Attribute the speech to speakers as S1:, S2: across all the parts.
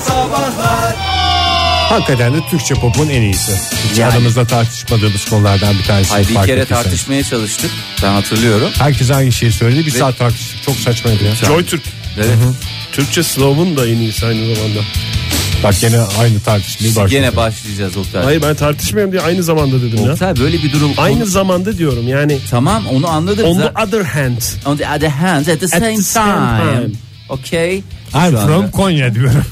S1: Sabahlar
S2: Hakikaten de Türkçe popun en iyisi. Bizim
S3: Yani.
S2: aramızda tartışmadığımız konulardan bir tanesi.
S3: Ay bir
S2: fark
S3: kere
S2: ettiysen.
S3: tartışmaya çalıştık. Ben hatırlıyorum.
S2: Herkes aynı şeyi söyledi. Bir
S3: Ve-
S2: saat tartıştık. Çok saçmaydı ya.
S4: Joy Türk.
S3: Evet.
S4: Türkçe slow'un da en iyisi aynı zamanda.
S2: Bak gene aynı tartışmayı başladı.
S3: Gene başlayacağız Oktay.
S4: Hayır ben tartışmayayım diye aynı zamanda dedim ya.
S3: Oktay böyle bir durum.
S4: Aynı
S3: Onu-
S4: zamanda diyorum yani.
S3: Tamam onu anladık.
S4: On
S3: Za-
S4: the other hand.
S3: on the other hand at the same,
S4: the same
S3: time.
S4: time.
S3: Okay.
S2: I'm
S3: Şu anda-
S2: from Konya diyorum.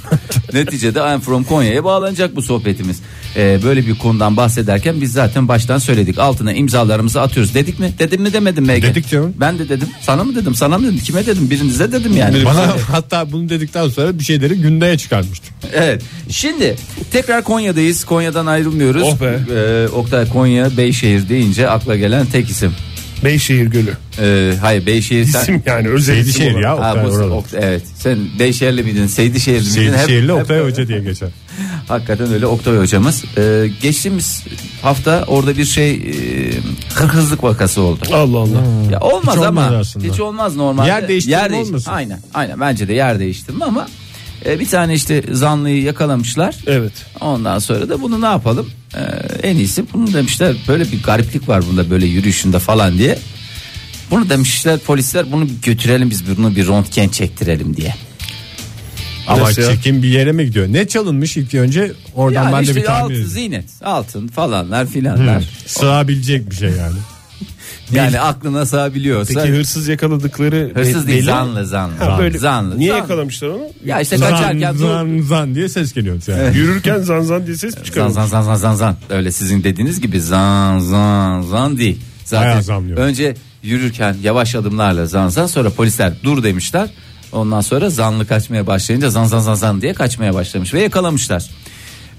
S3: Neticede I'm from Konya'ya bağlanacak bu sohbetimiz. Ee, böyle bir konudan bahsederken biz zaten baştan söyledik. Altına imzalarımızı atıyoruz. Dedik mi? Dedim mi demedim mi Ege?
S2: Dedik canım.
S3: Ben de dedim. Sana mı dedim? Sana mı dedim? Kime dedim? Birinize dedim yani.
S2: Bana hatta bunu dedikten sonra bir şeyleri gündeye çıkarmıştım.
S3: Evet. Şimdi tekrar Konya'dayız. Konya'dan ayrılmıyoruz.
S4: Oh be.
S3: Ee, Oktay Konya Beyşehir deyince akla gelen tek isim.
S4: Beyşehir Gölü.
S3: Ee, hayır Beyşehir sen...
S4: İsim yani özel isim
S2: Seydişehir
S4: olarak.
S2: ya.
S3: Ha,
S2: Oktay
S3: bu-
S2: oralı.
S3: Okt- evet. Sen Beyşehirli miydin? Seydişehirli miydin? Hep-
S2: Seydişehirli
S3: hep-
S2: Oktay Hoca diye geçer.
S3: Hakikaten öyle Oktay hocamız. Ee, geçtiğimiz hafta orada bir şey e, hırsızlık vakası oldu.
S4: Allah Allah.
S3: Ya olmaz
S2: Hiç olmaz
S3: ama
S2: aslında.
S3: hiç olmaz normalde.
S2: Yer değiştirme
S3: değiş-
S2: olmasın?
S3: Aynen aynen bence de yer değiştirme ama e, bir tane işte zanlıyı yakalamışlar.
S4: Evet.
S3: Ondan sonra da bunu ne yapalım? Ee, en iyisi bunu demişler böyle bir gariplik var bunda böyle yürüyüşünde falan diye. Bunu demişler polisler bunu bir götürelim biz bunu bir röntgen çektirelim diye.
S2: Ama
S4: Nasıl ya?
S2: çekim bir yere mi gidiyor? Ne çalınmış ilk önce? Oradan
S3: Yani
S2: ben de
S3: işte
S2: bir tahmin
S3: altın,
S2: edeyim.
S3: zinet, altın falanlar filanlar.
S2: Sığabilecek bir şey yani.
S3: Yani aklına sığabiliyorsa.
S4: Peki hırsız yakaladıkları be-
S3: hırsız değil
S4: belli mi?
S3: zanlı zanlı.
S4: Ha, böyle.
S3: zanlı.
S4: Niye
S3: zanlı.
S4: yakalamışlar onu?
S3: Ya işte
S2: Zan,
S3: kaçarken dur.
S2: zan, zan diye ses geliyor. Yani.
S4: Yürürken zan zan diye ses mi
S3: Zan
S4: çıkarıyor?
S3: zan zan zan zan zan. Öyle sizin dediğiniz gibi zan zan zan değil.
S2: Bayağı
S3: Zaten
S2: zamlıyor.
S3: önce yürürken yavaş adımlarla zan zan sonra polisler dur demişler. Ondan sonra zanlı kaçmaya başlayınca zan zan zan zan diye kaçmaya başlamış ve yakalamışlar.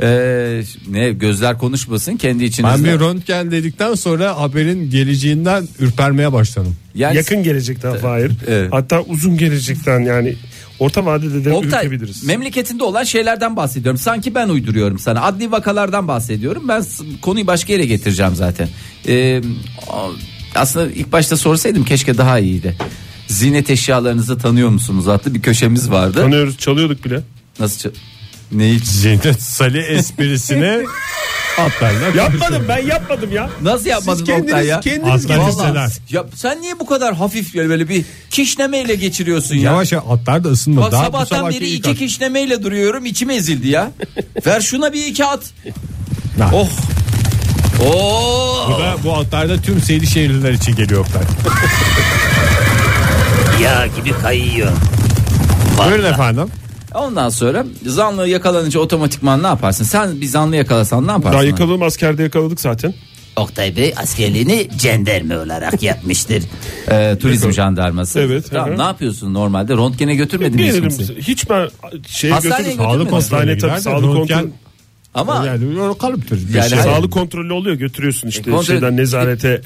S3: Ee, ne gözler konuşmasın kendi
S2: Ben
S3: içinizde.
S2: bir röntgen dedikten sonra haberin geleceğinden ürpermeye başladım.
S3: yani
S4: Yakın gelecekten Fahir.
S3: evet.
S4: Hatta uzun gelecekten yani orta vadede de
S3: Oktay,
S4: ürkebiliriz.
S3: memleketinde olan şeylerden bahsediyorum. Sanki ben uyduruyorum sana. Adli vakalardan bahsediyorum. Ben s- konuyu başka yere getireceğim zaten. Ee, a- aslında ilk başta sorsaydım keşke daha iyiydi. Zinet eşyalarınızı tanıyor musunuz adlı bir köşemiz vardı.
S4: Tanıyoruz çalıyorduk bile.
S3: Nasıl ç- neyi ç-
S2: Zeynep Salih esprisini atlarlar.
S4: Yapmadım ben yapmadım ya.
S3: Nasıl yapmadın
S4: Siz kendiniz,
S3: Oktay ya?
S4: kendiniz
S2: Atlar
S3: Vallahi-
S2: isteler.
S3: ya sen niye bu kadar hafif böyle, böyle bir kişnemeyle geçiriyorsun ya?
S2: Yavaş yavaş atlar da ısınmadı.
S3: Bak
S2: Daha bu
S3: sabahtan
S2: sabahki
S3: beri
S2: ilk
S3: iki
S2: at-
S3: kişnemeyle duruyorum içim ezildi ya. Ver şuna bir iki at.
S2: Ha.
S3: Oh. Oo.
S2: Bu, da, bu atlar da tüm Seydişehirliler için geliyor Oktay.
S5: Yağ gibi kayıyor.
S2: Buyurun efendim.
S3: Ondan sonra zanlı yakalanınca otomatikman ne yaparsın? Sen bir zanlı yakalasan ne yaparsın?
S4: Daha yakaladım askerde yakaladık zaten.
S5: Oktay Bey askerliğini cenderme olarak yapmıştır.
S3: Ee, turizm jandarması.
S4: Evet,
S3: Tamam,
S4: hı hı.
S3: ne yapıyorsun normalde? Röntgene götürmedin mi hiç
S4: Gelelim
S3: kimseyi?
S4: hiç ben şey
S3: Hastaneye götürmedin.
S4: götürdüm.
S2: Sağlık kontrolü
S4: Hastane
S2: gider.
S4: tabii, sağlık kontrolü.
S3: Ama
S2: Yani kalıptır.
S3: Yani
S2: Yani,
S4: Şey,
S3: hayır.
S4: sağlık kontrolü oluyor götürüyorsun işte
S3: E, kontrol-
S4: şeyden nezarete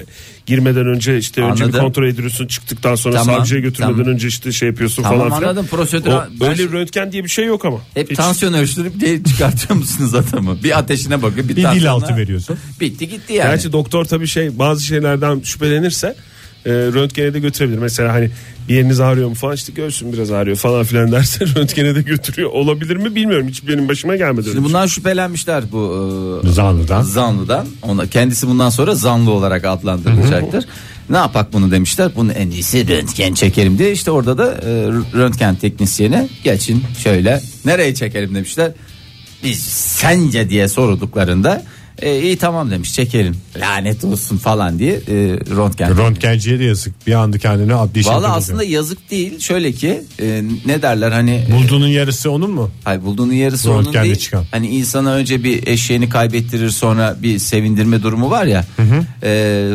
S4: girmeden önce işte önce bir
S3: Anladım.
S4: kontrol ediyorsun çıktıktan sonra
S3: Tamam,
S4: savcıya götürmeden
S3: tamam.
S4: önce işte şey yapıyorsun
S3: Tamam,
S4: falan filan.
S3: anladım, prosedür-
S4: O-
S3: ben-
S4: öyle röntgen diye bir şey yok ama.
S3: hep
S4: Hiç.
S3: tansiyon ölçtürüp diye çıkartıyor musunuz adamı? Bir ateşine bakıyor, bir,
S2: bir dil
S3: tansiyonuna-
S2: altı veriyorsun.
S3: Bitti gitti yani.
S4: Gerçi doktor tabii şey bazı şeylerden şüphelenirse e, röntgene de götürebilir. Mesela hani bir yeriniz ağrıyor mu falan işte göğsüm biraz ağrıyor falan filan derse röntgene de götürüyor. Olabilir mi bilmiyorum. Hiç benim başıma gelmedi. öyle
S3: Şimdi
S4: bir
S3: bundan şüphelenmişler bu e,
S2: Zanlı'dan.
S3: Zanlı'dan. Ona kendisi bundan sonra zanlı olarak adlandırılacaktır. ne yapak bunu demişler. Bunu en iyisi röntgen çekelim diye. İşte orada da e, röntgen teknisyeni geçin şöyle nereye çekelim demişler. Biz sence diye sorduklarında e, iyi tamam demiş çekelim. Lanet olsun falan diye e, röntgen.
S2: Röntgenciye de yazık. Bir anda kendini adli işe
S3: Valla
S2: koyuyor.
S3: aslında yazık değil. Şöyle ki e, ne derler hani
S2: Bulduğunun yarısı onun mu?
S3: Hayır bulduğunun yarısı
S2: Doğru,
S3: onun
S2: kendi
S3: değil.
S2: çıkan.
S3: Hani insana önce bir eşeğini kaybettirir sonra bir sevindirme durumu var ya. Ee,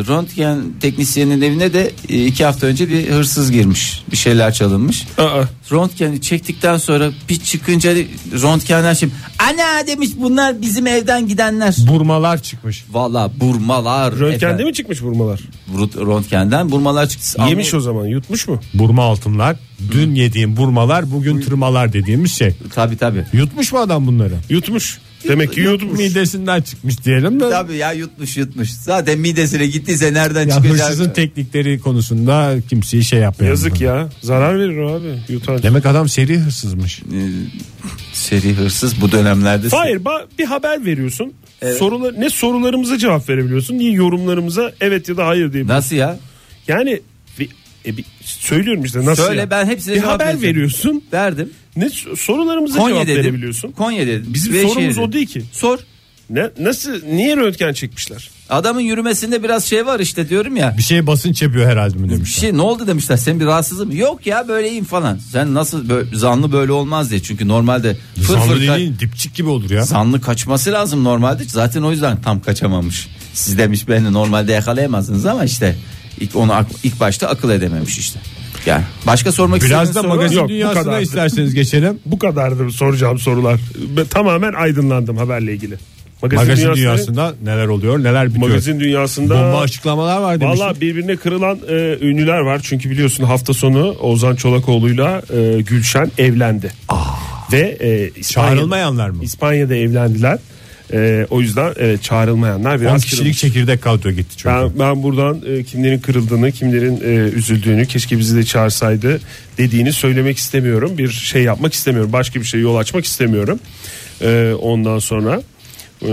S3: röntgen teknisyeninin evine de e, iki hafta önce bir hırsız girmiş. Bir şeyler çalınmış.
S4: şey. Aa,
S3: Röntgeni çektikten sonra bir çıkınca röntgenler şimdi ana demiş bunlar bizim evden gidenler.
S2: Burmalar çıkmış.
S3: Valla burmalar.
S4: röntgende
S3: efendim.
S4: mi çıkmış vurmalar?
S3: Rut- Röntgenden burmalar çıktı.
S4: Yemiş o zaman yutmuş mu?
S2: Burma altınlar. Dün yediğim burmalar bugün tırmalar dediğimiz şey.
S3: Tabi tabi.
S2: Yutmuş mu adam bunları?
S4: Yutmuş. Demek ki yutmuş.
S2: Midesinden çıkmış diyelim de.
S3: Tabii ya yutmuş yutmuş. Zaten midesine gittiyse nereden
S2: Ya hırsızın
S3: çıkacak?
S2: teknikleri konusunda kimseyi şey yapmayalım.
S4: Yazık ya. Zarar verir o abi. Yutar.
S2: Demek adam seri hırsızmış.
S3: Ee, seri hırsız bu dönemlerde.
S4: Hayır ba- bir haber veriyorsun. Sorular ne sorularımıza cevap verebiliyorsun, ne yorumlarımıza evet ya da hayır diye.
S3: Nasıl ya?
S4: Yani bir, e, bir- söylüyorum işte nasıl.
S3: Söyle,
S4: ya?
S3: ben hepsine
S4: bir
S3: cevap
S4: haber
S3: vereceğim.
S4: veriyorsun.
S3: Derdim.
S4: Ne s- sorularımıza
S3: Konya
S4: cevap
S3: dedim.
S4: verebiliyorsun.
S3: Konya dedim.
S4: Bizim
S3: Beyşehir
S4: sorumuz
S3: dedim.
S4: o değil ki.
S3: Sor.
S4: Ne nasıl niye röntgen çekmişler?
S3: Adamın yürümesinde biraz şey var işte diyorum ya.
S2: Bir şey basınç yapıyor herhalde mi
S3: Bir
S2: demiş.
S3: şey ne oldu demişler. Sen bir rahatsızın mı? Yok ya böyleyim falan. Sen nasıl böyle, zanlı böyle olmaz diye. Çünkü normalde
S4: Şey,
S3: fır
S2: Zanlı
S3: fır ka-
S2: dediğin dipçik gibi olur ya.
S3: zanlı kaçması lazım normalde. Zaten o yüzden tam kaçamamış. Siz demiş beni normalde yakalayamazsınız ama işte ilk onu ak- ilk başta akıl edememiş işte. Yani başka sormak
S2: Biraz da
S3: istediğiniz
S2: magazin
S4: Yok, bu
S2: dünyasına
S4: kadardı.
S2: isterseniz geçelim.
S4: Bu kadardır soracağım sorular. Ben tamamen aydınlandım haberle ilgili. Magazin,
S2: Magazin
S4: dünyasında,
S2: dünyasında neler oluyor neler bitiyor.
S4: magazin dünyasında
S2: Bomba açıklamalar var demiştim.
S4: Valla birbirine kırılan e, ünlüler var. Çünkü biliyorsun hafta sonu Ozan Çolakoğlu'yla e, Gülşen evlendi. Ve e,
S2: Ah.
S4: İspanya'da,
S2: Çağrılmayanlar mı?
S4: İspanya'da evlendiler. E, o yüzden evet, çağrılmayanlar
S2: 10
S4: biraz
S2: kişilik şey
S4: kişilik
S2: çekirdek kadro gitti çünkü.
S4: ben, ben buradan e, kimlerin kırıldığını, kimlerin e, üzüldüğünü, keşke bizi de çağırsaydı dediğini söylemek istemiyorum. Bir şey yapmak istemiyorum. Başka bir şey yol açmak istemiyorum. E, ondan sonra e,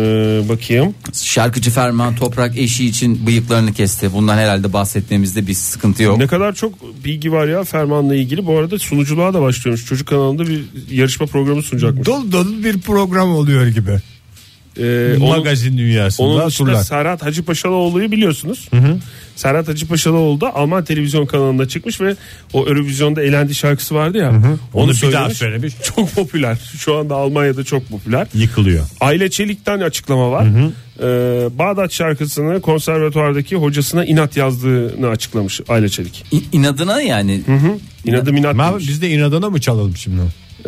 S4: bakayım.
S3: Şarkıcı Ferman Toprak eşi için bıyıklarını kesti. Bundan herhalde bahsetmemizde bir sıkıntı yok.
S4: Ne kadar çok bilgi var ya Ferman'la ilgili. Bu arada sunuculuğa da başlıyormuş. Çocuk kanalında bir yarışma programı sunacakmış.
S2: Dolu dolu bir program oluyor gibi.
S4: Ee, onun,
S2: magazin dünyasında
S4: onun dışında
S2: turlar.
S4: Serhat Hacıpaşalıoğlu'yu biliyorsunuz. Serhat Hacıpaşalıoğlu da Alman televizyon kanalında çıkmış ve o Eurovision'da elendi şarkısı vardı ya. Onu,
S2: Onu bir daha
S4: söylemiş.
S2: söylemiş.
S4: Çok popüler. Şu anda Almanya'da çok popüler.
S2: Yıkılıyor.
S4: Aile Çelik'ten açıklama var. Ee, Bağdat şarkısını konservatuardaki hocasına inat yazdığını açıklamış Aile Çelik.
S3: İ- inadına yani.
S4: İnadım inat.
S2: Ama
S4: demiş.
S2: biz de inadına mı çalalım şimdi?
S4: Ee,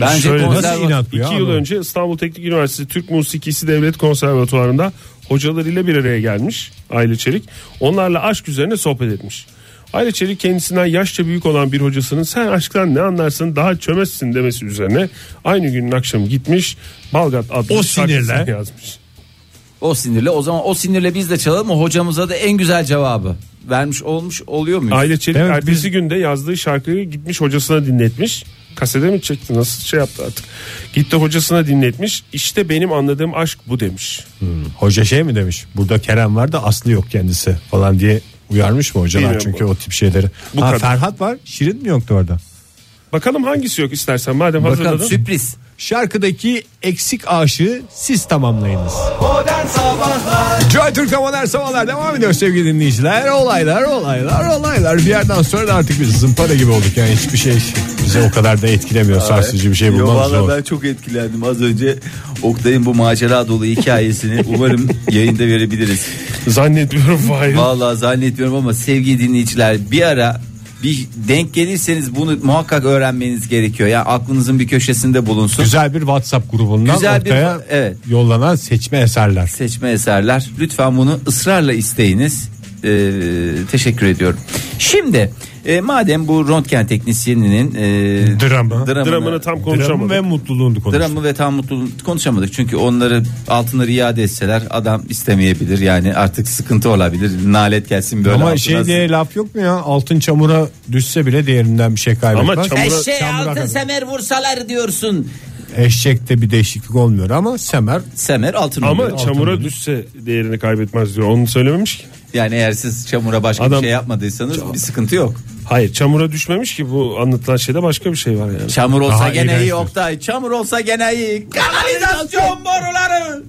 S3: Bence
S4: şöyle-
S3: konser-
S2: Nasıl inat bu
S4: İki
S2: ya?
S4: yıl önce İstanbul Teknik Üniversitesi Türk Musikisi Devlet Konservatuvarı'nda hocalarıyla bir araya gelmiş Aile Çelik. Onlarla aşk üzerine sohbet etmiş. Aile Çelik kendisinden yaşça büyük olan bir hocasının sen aşktan ne anlarsın daha çömezsin demesi üzerine aynı günün akşamı gitmiş Balgat adlı
S2: O
S4: şarkısını
S2: sinirle.
S4: yazmış.
S3: O sinirle o zaman o sinirle biz de çalalım o hocamıza da en güzel cevabı vermiş olmuş oluyor muyuz?
S4: Aile Çelik
S2: Evet,
S4: ertesi günde yazdığı şarkıyı gitmiş hocasına dinletmiş. Kasede mi çekti nasıl şey yaptı artık. Gitti hocasına dinletmiş. İşte benim anladığım aşk bu demiş.
S2: Hoca şey mi demiş? Burada Kerem var da Aslı yok kendisi falan diye uyarmış mı hocalar?
S4: Bilmiyorum.
S2: Çünkü o tip şeyleri.
S4: Bu
S2: ha,
S4: kadar.
S2: Ferhat var. Şirin mi yoktu orada?
S4: Bakalım hangisi yok istersen madem
S3: Bakalım
S4: hazırladın.
S3: sürpriz.
S2: Şarkıdaki eksik aşığı siz tamamlayınız. Joy Türk'te modern sabahlar devam ediyor sevgili dinleyiciler. Olaylar olaylar olaylar. Bir yerden sonra da artık biz zımpara gibi olduk. Yani hiçbir şey bize o kadar da etkilemiyor. Sarsıcı bir şey
S3: Yo,
S2: bulmamız
S3: vallahi
S2: lazım.
S3: ben çok etkilendim az önce Oktay'ın bu macera dolu hikayesini umarım yayında verebiliriz.
S4: Zannetmiyorum Fahir.
S3: Vallahi zannetmiyorum ama sevgili dinleyiciler bir ara bir denk gelirseniz bunu muhakkak öğrenmeniz gerekiyor. Yani aklınızın bir köşesinde bulunsun.
S2: Güzel bir WhatsApp grubundan
S3: Güzel bir-
S2: ortaya
S3: evet.
S2: yollanan seçme eserler.
S3: seçme eserler. Lütfen bunu ısrarla isteyiniz. Ee, teşekkür ediyorum. Şimdi e, madem bu röntgen teknisyeninin e,
S2: Dramı.
S3: dramını,
S4: Dramını tam
S2: Dramı
S4: konuşamadım.
S2: ve mutluluğunu konuştuk.
S3: dramı ve tam mutluluğunu konuşamadık. Çünkü onları altına riade etseler adam istemeyebilir. Yani artık sıkıntı olabilir. Nalet gelsin böyle.
S2: Ama
S3: altına-
S2: şey diye laf yok mu ya? Altın çamura düşse bile değerinden bir şey kaybetmez.
S4: Ama çamura-
S5: Eşeğe
S2: çamura
S5: altın
S2: kadar.
S5: semer vursalar diyorsun.
S2: Eşekte bir değişiklik olmuyor ama semer
S3: Semer altın
S4: Ama
S3: oluyor.
S4: çamura
S2: Altın.
S4: düşse değerini kaybetmez diyor. Onu söylememiş ki.
S3: Yani eğer siz çamura başka bir
S4: Adam-
S3: şey yapmadıysanız bir sıkıntı yok.
S4: Hayır çamura düşmemiş ki bu anlatılan şeyde başka bir şey var yani.
S3: Çamur olsa
S2: Daha
S3: gene iyi
S2: iğrençtir.
S3: Oktay. Çamur olsa gene iyi. Kanalizasyon boruları.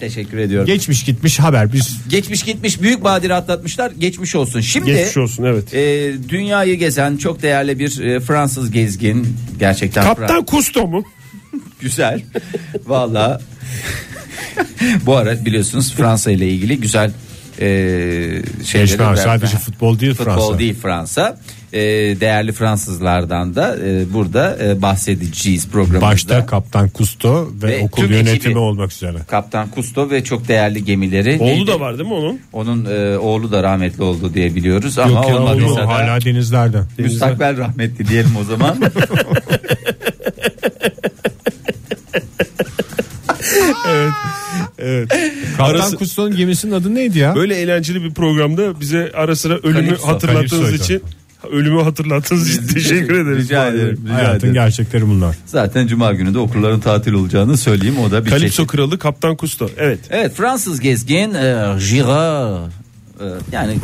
S3: Teşekkür ediyorum.
S2: geçmiş gitmiş haber. Biz
S3: Geçmiş gitmiş büyük badire atlatmışlar. Geçmiş olsun. Şimdi
S4: Geçmiş olsun evet.
S3: e, dünyayı gezen çok değerli bir e, Fransız gezgin gerçekten Fra-
S4: Kaptan Kusto mu?
S3: güzel. Valla bu ara biliyorsunuz Fransa ile ilgili güzel e, şeyleri
S2: Geçmiş Fransa,
S3: bırak-
S2: sadece futbol değil
S3: futbol
S2: Fransa.
S3: değil Fransa. E, değerli Fransızlardan da e, burada e, bahsedeceğiz programımızda.
S2: başta Kaptan Kusto ve,
S3: Ve
S2: okul
S3: tüm
S2: yönetimi
S3: ekibi.
S2: olmak üzere.
S3: Kaptan Kusto ve çok değerli gemileri.
S4: Oğlu
S3: Neydi?
S4: da var değil mi onun?
S3: Onun e, oğlu da rahmetli oldu diye biliyoruz ama
S2: Yok ya,
S3: olmadıysa
S2: oğlum
S3: da-
S2: hala denizlerde.
S3: Müstakbel rahmetli diyelim o zaman.
S4: evet. evet.
S2: Kaptan
S4: Arası-
S2: Kusto'nun gemisinin adı neydi ya?
S4: Böyle eğlenceli bir programda bize ara sıra ölümü
S3: Calypso.
S4: hatırlattığınız
S2: Calypso'ydu.
S4: için ölümü hatırlattığınız için teşekkür ederiz.
S3: Rica ederim. Rica
S2: Hayatın
S3: ederim.
S2: gerçekleri bunlar.
S3: Zaten cuma günü de okulların tatil olacağını söyleyeyim o da bir
S4: Kalipso
S3: çeşit.
S4: kralı Kaptan Kusto. Evet.
S3: Evet Fransız gezgin e, Girard. E, yani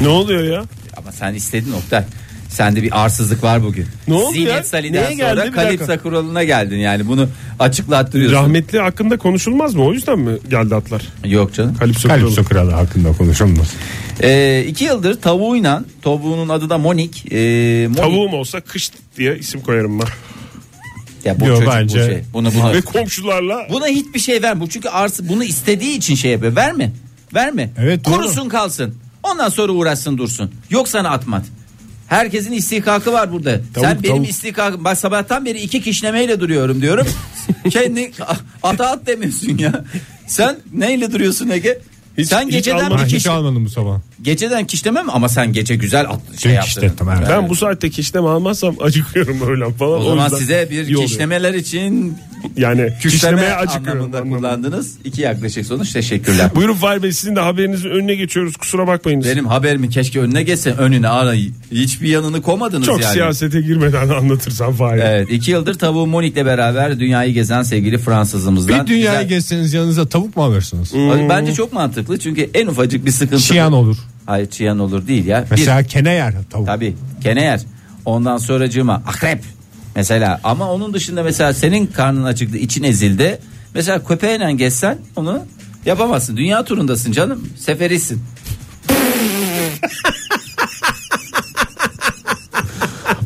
S4: Ne oluyor ya?
S3: ama sen istedin Oktay. Sende bir arsızlık var bugün.
S4: Ne oldu
S3: Zinet
S4: ya?
S3: Salih'den
S4: Neye geldi?
S3: sonra
S4: Bir dakika.
S3: Kalipsa kuralına geldin yani bunu açıklattırıyorsun.
S4: Rahmetli hakkında konuşulmaz mı? O yüzden mi geldi atlar?
S3: Yok canım.
S4: Kalipso,
S2: Kalipso
S4: kralı.
S2: kralı hakkında konuşulmaz.
S3: E, iki yıldır tavuğuyla tavuğunun adı da Monik. E, Monik-
S4: Tavuğum olsa kış diye isim koyarım ben.
S3: Ya bu
S2: Yok,
S3: çocuk
S2: bence-
S3: bu şey. Bunu, bunu,
S4: Ve komşularla
S3: buna hiçbir şey verme. Bu çünkü arsı bunu istediği için şey yapıyor. Verme. Verme.
S2: Evet, doğru.
S3: Kurusun kalsın. Ondan sonra uğraşsın dursun. Yok sana atmat. Herkesin istihkakı var burada. Sen benim
S2: tavuk.
S3: istihkakım. Bak sabahtan beri iki kişnemeyle duruyorum diyorum. Kendi ata at demiyorsun ya. Sen neyle duruyorsun Ege?
S4: Hiç-
S3: sen
S4: hiç
S3: geceden
S4: alma-
S3: bir
S2: Ben hiç
S3: kişi,
S2: almadım bu sabah.
S3: geceden kişneme mi? Ama sen gece güzel at, şey
S2: Dün
S3: yaptın.
S2: kişnettim, evet.
S4: ben bu saatte kişleme almazsam acıkıyorum öğlen falan.
S3: o zaman
S4: yüzden
S3: size
S4: iyi
S3: bir
S4: oluyor.
S3: kişnemeler için
S4: yani
S3: Küşleme
S4: kişlemeye acıkıyorum.
S3: anlamında
S4: anlamında.
S3: kullandınız. İki yaklaşık sonuç teşekkürler.
S4: Buyurun Fahir Bey sizin de haberinizin önüne geçiyoruz kusura bakmayın.
S3: Benim haberimi keşke önüne geçse önüne ara hiçbir yanını komadınız
S4: Çok
S3: yani.
S4: siyasete girmeden anlatırsan Fahir.
S3: Evet iki yıldır tavuğu Monik'le beraber dünyayı gezen sevgili Fransızımızdan.
S2: Bir dünyayı
S3: Güzel- Hmm.
S2: gezseniz yanınıza tavuk mu alırsınız?
S3: Bence çok mantıklı çünkü en ufacık bir sıkıntı.
S2: Çiyan olur.
S3: Hayır çiyan olur değil ya. Bir,
S2: Mesela kene yer tavuk.
S3: tabii keneyer. Ondan sonracığıma akrep mesela. Ama onun dışında mesela senin karnın acıktı için ezildi. Mesela köpeğinle gezsen onu yapamazsın. Dünya turundasın canım. Seferisin.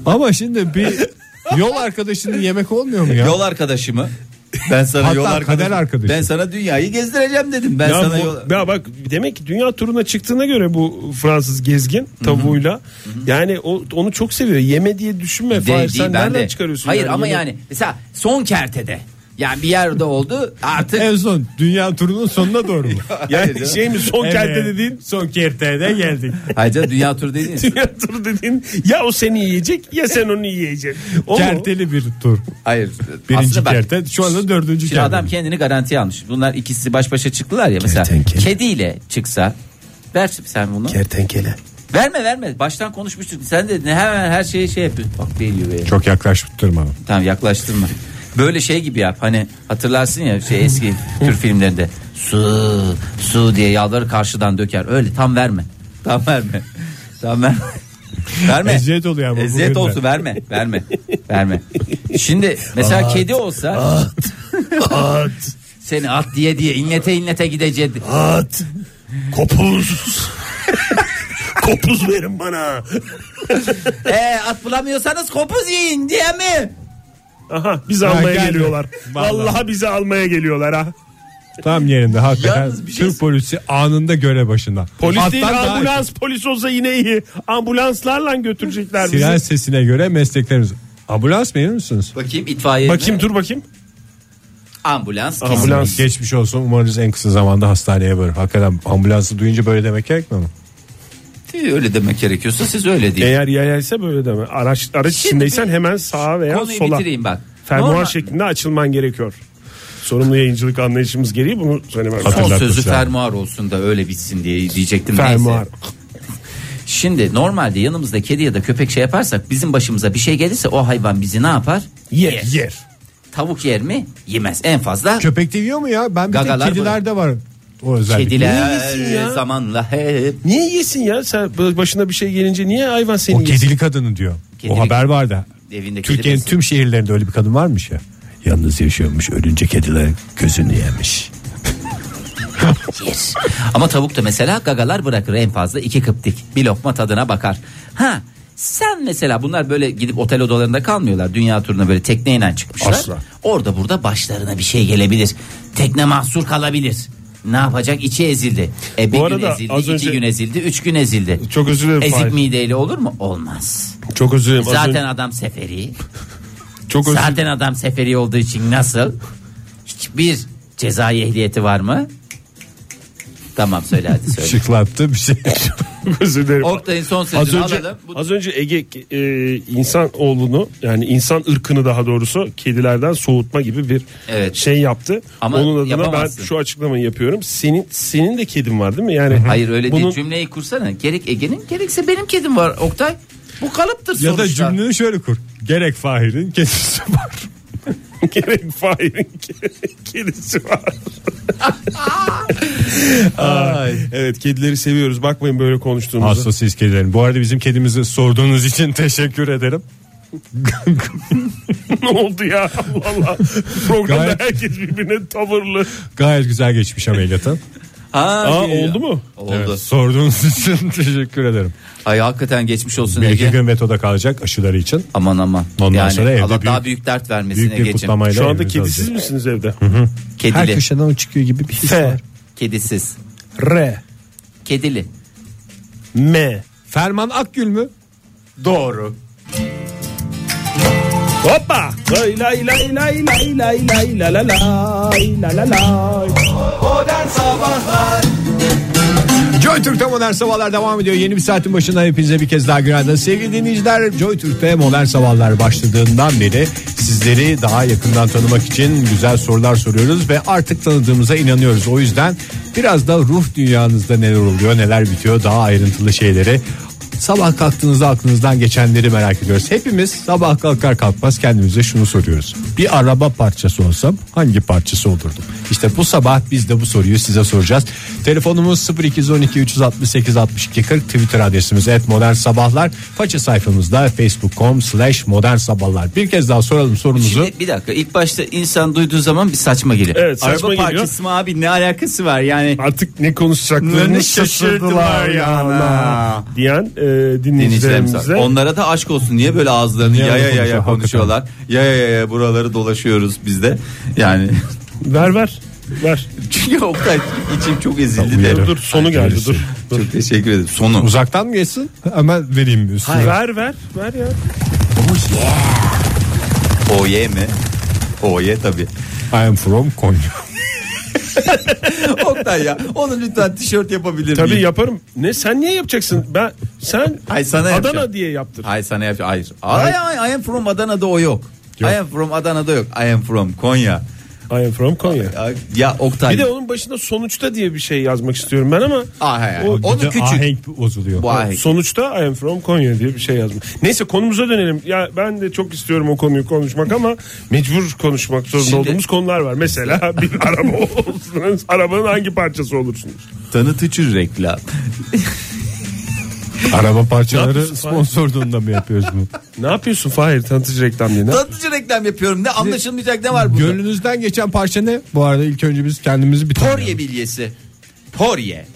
S2: Ama şimdi bir yol arkadaşının yemek olmuyor mu ya?
S3: Yol arkadaşımı. Ben sana
S2: Hatta
S3: yol
S2: kader
S3: arkadaşım.
S2: arkadaşı.
S3: Ben sana dünyayı gezdireceğim dedim. Ben
S4: Ya,
S3: sana
S4: bu-
S3: yol.
S4: ya bak demek ki dünya turuna çıktığına göre bu Fransız gezgin tavuğuyla yani o, onu çok seviyor. Yeme diye düşünme
S3: Değil,
S4: Fahir sen
S3: değil, ben
S4: nereden
S3: de-
S4: çıkarıyorsun?
S3: Hayır ama
S4: Yeme-
S3: yani mesela son kertede. Yani bir yerde oldu artık
S2: En son dünya turunun sonuna doğru mu?
S4: Yani
S3: Hayır
S4: şey mi son
S2: Evet.
S4: kerte dediğin? Son kerteye de geldik.
S3: Hayır canım, dünya turu dediğiniz.
S4: dünya turu dediğin ya o seni yiyecek ya sen onu yiyeceksin. O mu?
S2: Kerteli bir tur.
S3: Hayır.
S2: Birinci
S3: aslında bak-
S2: kerte. Şu anda dördüncü
S3: Şimdi
S2: kerte.
S3: adam kendini garantiye almış. Bunlar ikisi baş başa çıktılar ya mesela.
S2: Kertenkele.
S3: Kediyle çıksa ver sen bunu.
S2: Kertenkele.
S3: Verme verme. Baştan konuşmuştuk. Sen de ne hemen her şeye şey yapıyorsun. Bak geliyor be.
S2: Çok yaklaştırdım abi.
S3: Tamam yaklaştırma. Böyle şey gibi yap. Hani hatırlarsın ya şey eski Türk filmlerinde su su diye yağları karşıdan döker. Öyle tam verme. Tam verme. Tam verme. Verme.
S2: Eziyet oluyor ama bugün
S3: Eziyet
S2: de.
S3: olsun verme. Verme. Verme. Şimdi mesela kedi olsa seni at diye diye inlete inlete gidecek.
S4: At. Kopuz. Kopuz verin bana.
S3: E, at bulamıyorsanız kopuz yiyin diye mi?
S4: Aha bizi
S2: Ha,
S4: almaya
S2: geldi.
S4: geliyorlar.
S2: Vallahi.
S4: Vallahi bizi almaya geliyorlar ha.
S2: Tam yerinde hakikaten.
S3: Yalnız bir şey-
S2: Türk polisi anında göre başında.
S4: Polis değil
S2: Hatta daha-
S4: ambulans polis olsa yine iyi. Ambulanslarla götürecekler bizi.
S2: Siren sesine göre mesleklerimiz. Ambulans memur musunuz?
S3: Bakayım itfaiye.
S4: Bakayım
S3: mi?
S4: dur bakayım.
S3: Ambulans. kesin.
S4: Ambulans.
S2: Geçmiş olsun umarız en kısa zamanda hastaneye varır. Hakikaten ambulansı duyunca böyle demek gerekmiyor mu?
S3: Öyle demek gerekiyorsa siz öyle deyin.
S4: Eğer yayaysa böyle deme. Araç, araç
S3: Şimdi
S4: içindeysen
S3: bir-
S4: hemen sağa veya
S3: Konuyu
S4: sola.
S3: bitireyim bak.
S4: Fermuar şey
S3: Normal-
S4: şeklinde açılman gerekiyor. Sorumlu yayıncılık anlayışımız gereği bunu söylemem lazım.
S3: Son
S2: Hatırlatmış
S3: sözü
S2: yani.
S3: fermuar olsun da öyle bitsin diye diyecektim.
S4: Fermuar.
S3: Neyse. Şimdi normalde yanımızda kedi ya da köpek şey yaparsak bizim başımıza bir şey gelirse o hayvan bizi ne yapar?
S4: Yer. Yer.
S3: Tavuk yer mi? Yemez. En fazla
S2: Köpek de yiyor mu ya? Ben bir tek
S3: Gagalar
S2: kedilerde var o özellik.
S3: kediler
S4: Niye yesin ya?
S3: zamanla hep
S4: Niye yesin ya? Sen başına bir şey gelince niye hayvan seni
S2: O
S4: yesin?
S2: kedili kadını diyor.
S3: Kedili-
S2: O haber var da.
S3: Evinde kedi
S2: Türkiye'nin
S3: besin.
S2: tüm şehirlerinde öyle bir kadın varmış ya. Yalnız yaşıyormuş ölünce kediler gözünü yemiş.
S3: yer. Ama tavuk da mesela gagalar bırakır en fazla iki kıptik. Bir lokma tadına bakar. Ha sen mesela bunlar böyle gidip otel odalarında kalmıyorlar. Dünya turuna böyle tekneyle çıkmışlar.
S2: Asla.
S3: Orada burada başlarına bir şey gelebilir. Tekne mahsur kalabilir. Ne yapacak? İçi ezildi. E bir
S4: Bu
S3: gün
S4: arada
S3: ezildi,
S4: az
S3: iki
S4: önce-
S3: gün ezildi, üç gün ezildi.
S4: Çok özür dilerim
S3: Ezik
S4: Fahir.
S3: mideyle olur mu? Olmaz.
S4: Çok özür dilerim. Az
S3: Zaten
S4: önce-
S3: adam seferi.
S4: çok özür
S3: Zaten adam seferi olduğu için nasıl? Hiçbir cezai ehliyeti var mı? Tamam söyle hadi söyle.
S2: Şıklattı bir şey.
S4: Özür dilerim.
S3: Oktay'ın son
S4: Az
S3: sözünü
S4: önce
S3: alalım. Bu-
S4: az önce Ege e, insan oğlunu yani insan ırkını daha doğrusu kedilerden soğutma gibi bir
S3: Evet.
S4: şey yaptı.
S3: Ama
S4: Onun adına
S3: yapamazsın.
S4: ben şu açıklamayı yapıyorum. Senin senin de kedin var değil mi? Yani
S3: Hayır öyle
S4: bunun,
S3: değil cümleyi kursana. Gerek Ege'nin gerekse benim kedim var Oktay. Bu kalıptır
S2: ya da
S3: sonuçta.
S2: cümleni şöyle kur. Gerek Fahir'in kesisi var.
S4: gerek Fahir'in kedisi var.
S2: Ay.
S4: Evet kedileri seviyoruz. Bakmayın böyle konuştuğumuza.
S2: Hastasıyız kedilerin. Bu arada bizim kedimizi sorduğunuz için teşekkür ederim.
S4: ne oldu ya? Allah Allah. Programda
S2: Gayet-
S4: herkes birbirine tavırlı.
S2: Gayet güzel geçmiş ameliyatı.
S3: Ha,
S4: Aa,
S3: diyor.
S4: oldu mu?
S3: Oldu.
S2: Evet, sorduğunuz için teşekkür ederim.
S3: Ay hakikaten geçmiş olsun
S2: Bir iki
S3: Ege.
S2: gün metoda kalacak aşıları için.
S3: Aman aman.
S2: Ondan
S3: yani
S2: sonra evde
S3: Allah
S2: büyük-
S3: daha büyük dert vermesin
S2: Büyük bir
S3: Ege'ciğim.
S2: kutlamayla.
S4: Şu anda
S2: evimize
S4: kedisiz
S2: alacağız.
S4: misiniz evde?
S3: Kedili.
S2: Her köşeden o çıkıyor gibi bir his
S4: F,
S2: var.
S3: Kedisiz.
S2: R.
S3: Kedili.
S4: M.
S2: Ferman Akgül mü?
S3: Doğru.
S4: Hoppa. Lay lay lay lay lay lay lay la la lay la la lay.
S2: Joy Türk'te modern sabahlar devam ediyor. Yeni bir saatin başından hepinize bir kez daha günaydın. Sevgili dinleyiciler Joy Türk'te modern sabahlar başladığından beri sizleri daha yakından tanımak için güzel sorular soruyoruz ve artık tanıdığımıza inanıyoruz. O yüzden biraz da ruh dünyanızda neler oluyor neler bitiyor daha ayrıntılı şeyleri Sabah kalktığınızda aklınızdan geçenleri merak ediyoruz. Hepimiz sabah kalkar kalkmaz kendimize şunu soruyoruz. Bir araba parçası olsam hangi parçası olurdum? İşte bu sabah biz de bu soruyu size soracağız. Telefonumuz 0212 368 62 40 Twitter adresimiz et modern sabahlar. Faça sayfamızda facebook.com slash modern sabahlar. Bir kez daha soralım sorumuzu.
S3: Şimdi bir dakika ilk başta insan duyduğu zaman bir saçma geliyor.
S4: Evet, saçma
S3: Araba
S4: geliyor.
S3: parçası mı abi ne alakası var yani.
S4: Artık ne konuşacaklarını
S3: Ne şaşırdılar
S4: şaşırdılar ya.
S3: ya.
S4: ana Diyen e,
S3: Dinleyicilerimize.
S4: dinleyicilerimize.
S3: Onlara da aşk olsun. Niye böyle ağızlarını
S2: Niye
S3: yaya
S2: öyle
S3: yaya
S2: konuşuyor,
S3: konuşuyorlar? Yaya yaya buraları dolaşıyoruz biz de. Yani
S4: Ver ver. Ver.
S3: çünkü Oktay içim çok ezildi de.
S2: Uyarı.
S4: Dur dur sonu
S2: Ay,
S4: geldi
S2: gerisi.
S4: dur. dur.
S3: Çok teşekkür ederim. Sonu.
S2: Uzaktan mı geçsin? Hemen vereyim üstüne.
S4: Ver ver ver ya.
S3: Oye mi? Oye tabii.
S2: I am from Konya.
S3: Oktay ya onu lütfen tişört yapabilir miyim?
S4: Tabii yaparım. Ne sen niye yapacaksın? Ben sen
S3: Ay, sana
S4: Adana
S3: yapacağım.
S4: diye yaptır.
S3: Hayır sana yap. Hayır. Ay, ay, I am from Adana'da o yok. I am from Adana'da yok. I am from Konya.
S4: I am from Konya.
S3: Ya, Ya Oktay.
S4: Bir de onun başında sonuçta diye bir şey yazmak istiyorum ben ama
S3: Ah, hayır.
S4: O-
S3: Onu
S2: Bir de
S3: küçük.
S2: Ahenk bozuluyor.
S3: Bu ahenk.
S4: sonuçta I am from Konya diye bir şey yazmış. Neyse konumuza dönelim. Ya ben de çok istiyorum o konuyu konuşmak ama mecbur konuşmak zorunda
S3: Şimdi-
S4: olduğumuz konular var. Mesela bir araba olursunuz. Arabanın hangi parçası olursunuz?
S3: Tanıtıcı reklam.
S2: Araba
S4: Ne
S2: parçaları
S4: yapıyorsun?
S2: sponsorluğunda mı yapıyoruz bunu?
S4: Ne yapıyorsun Fahir tanıtıcı reklam diye? Ne-
S3: Tanıtıcı reklam yapıyorum. Ne anlaşılmayacak ne var burada?
S2: Gönlünüzden geçen parça ne? Bu arada ilk önce biz kendimizi bir
S3: Porye bilyesi. Porye.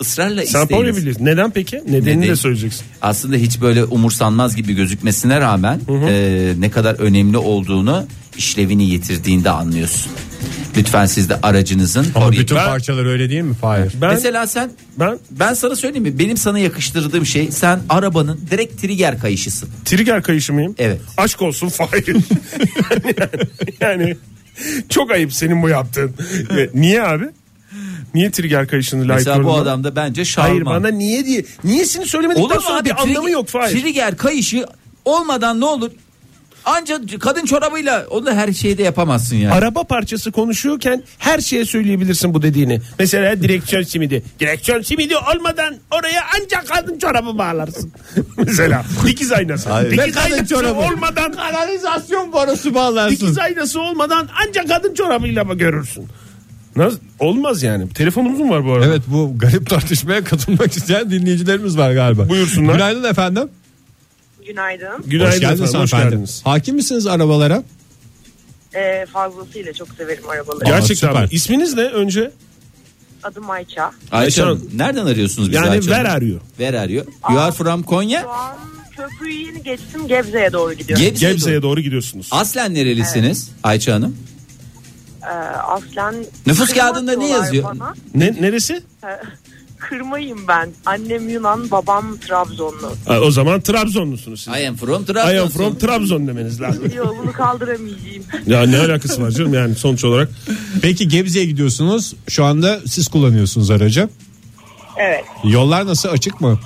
S3: Israrla
S4: Sen
S3: isteyiniz.
S4: Porya biliyorsun. Neden peki? Nedenini
S3: Neden?
S4: de söyleyeceksin.
S3: Aslında hiç böyle umursanmaz gibi gözükmesine rağmen e, ne kadar önemli olduğunu işlevini yitirdiğinde anlıyorsun. Lütfen siz de aracınızın
S2: Ama
S3: Porye-
S2: bütün
S4: Ben-
S2: parçalar öyle değil mi? Hayır.
S4: Ben
S3: Mesela sen
S4: ben
S3: ben sana söyleyeyim mi? Benim sana yakıştırdığım şey sen arabanın direkt trigger kayışısın.
S4: trigger kayışı mıyım?
S3: Evet.
S4: Aşk olsun Fahir. yani, yani çok ayıp senin bu yaptığın. Ve Niye abi? Niye trigger kayışını layık
S3: Mesela
S4: gördün
S3: bu
S4: bana?
S3: adam da bence şarman.
S4: Hayır bana niye diye. Niyesini söylemedikten
S3: Olur mu
S4: sonra
S3: abi?
S4: bir anlamı
S3: Trigger-
S4: yok Fahir.
S3: Trigger kayışı olmadan ne olur? Ancak kadın çorabıyla onu da her şeyi de yapamazsın yani.
S4: Araba parçası konuşuyorken her şeye söyleyebilirsin bu dediğini. Mesela direksiyon simidi. Direksiyon simidi olmadan oraya ancak kadın çorabı bağlarsın. Mesela dikiz aynası.
S3: Hayır.
S4: Dikiz
S2: Ne kadın
S4: aynası
S2: çorabı?
S4: olmadan
S2: Kanalizasyon borusu bağlarsın.
S4: dikiz aynası olmadan ancak kadın çorabıyla mı görürsün? Nasıl? Olmaz yani. Telefonumuz mu var bu arada?
S2: Evet bu garip tartışmaya katılmak isteyen dinleyicilerimiz var galiba.
S4: Buyursunlar.
S2: Günaydın efendim.
S1: Günaydın.
S4: Günaydın
S2: hoş geldiniz
S4: efendim, hoş
S2: hanımefendi.
S4: geldiniz.
S2: Hakim misiniz arabalara?
S1: Ee, fazlasıyla çok severim arabaları.
S2: Aa,
S4: Gerçekten
S2: süper.
S4: mi? İsminiz ne önce?
S1: Adım Ayça.
S3: Ayça
S4: Ayça
S3: Hanım, nereden arıyorsunuz bizi
S4: Yani
S3: Ayça Hanım?
S4: ver arıyor.
S3: Ver arıyor. You are from
S1: Şu
S3: Konya?
S1: an köprüyü yeni geçtim Gebze'ye doğru gidiyorum.
S3: Gebze'ye
S4: Gebze'ye
S3: doğru.
S4: doğru gidiyorsunuz.
S3: Aslen nerelisiniz Ayça Hanım?
S1: Ee, aslen
S3: Nüfus kağıdında ne
S1: diyorlar
S3: yazıyor?
S1: Bana.
S4: Ne, neresi?
S1: Ee, kırmayayım ben. Annem Yunan, babam Trabzonlu.
S4: Ha, O zaman Trabzonlusunuz siz.
S3: I am from Trabzon.
S4: I am from Trabzon demeniz lazım.
S1: Diyor bunu kaldıramayacağım.
S4: ya ne alakası var canım yani sonuç olarak.
S2: Peki Gebze'ye gidiyorsunuz. Şu anda siz kullanıyorsunuz aracı.
S1: Evet.
S2: Yollar nasıl açık mı?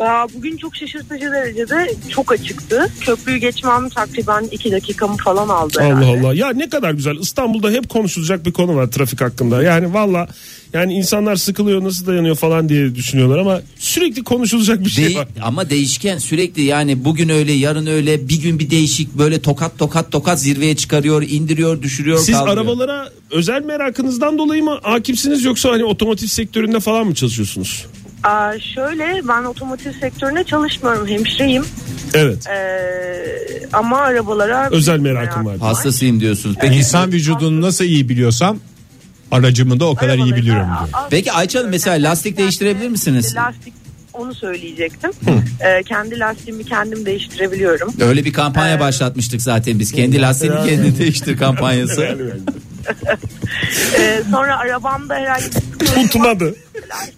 S1: Aa, bugün çok şaşırtıcı derecede çok açıktı. Köprüyü geçmem takriben 2 dakikamı falan aldı herhalde.
S4: Allah Allah. Ya ne kadar güzel. İstanbul'da hep konuşulacak bir konu var trafik hakkında. Yani valla yani insanlar sıkılıyor nasıl dayanıyor falan diye düşünüyorlar ama sürekli konuşulacak bir şey
S3: Değil-
S4: var.
S3: ama değişken sürekli yani bugün öyle yarın öyle bir gün bir değişik böyle tokat tokat tokat zirveye çıkarıyor indiriyor düşürüyor
S4: Siz
S3: kaldırıyor.
S4: arabalara özel merakınızdan dolayı mı hakimsiniz yoksa hani otomotiv sektöründe falan mı çalışıyorsunuz?
S1: Aa, şöyle ben otomotiv sektöründe çalışmıyorum hemşireyim.
S4: Evet.
S1: Ee, ama arabalara
S4: Özel merakım var.
S3: hastasıyım diyorsunuz. Peki,
S2: İnsan vücudunu nasıl iyi biliyorsam aracımı da o kadar iyi biliyorum diyor.
S3: Peki Ayça Hanım mesela lastik değiştirebilir misiniz?
S1: Lastik onu söyleyecektim. Ee, kendi lastiğimi kendim değiştirebiliyorum.
S3: Öyle bir kampanya başlatmıştık zaten biz. Kendi lastiğini kendi değiştir kampanyası.
S1: Ee, sonra arabamda herhalde
S4: Tutmadı.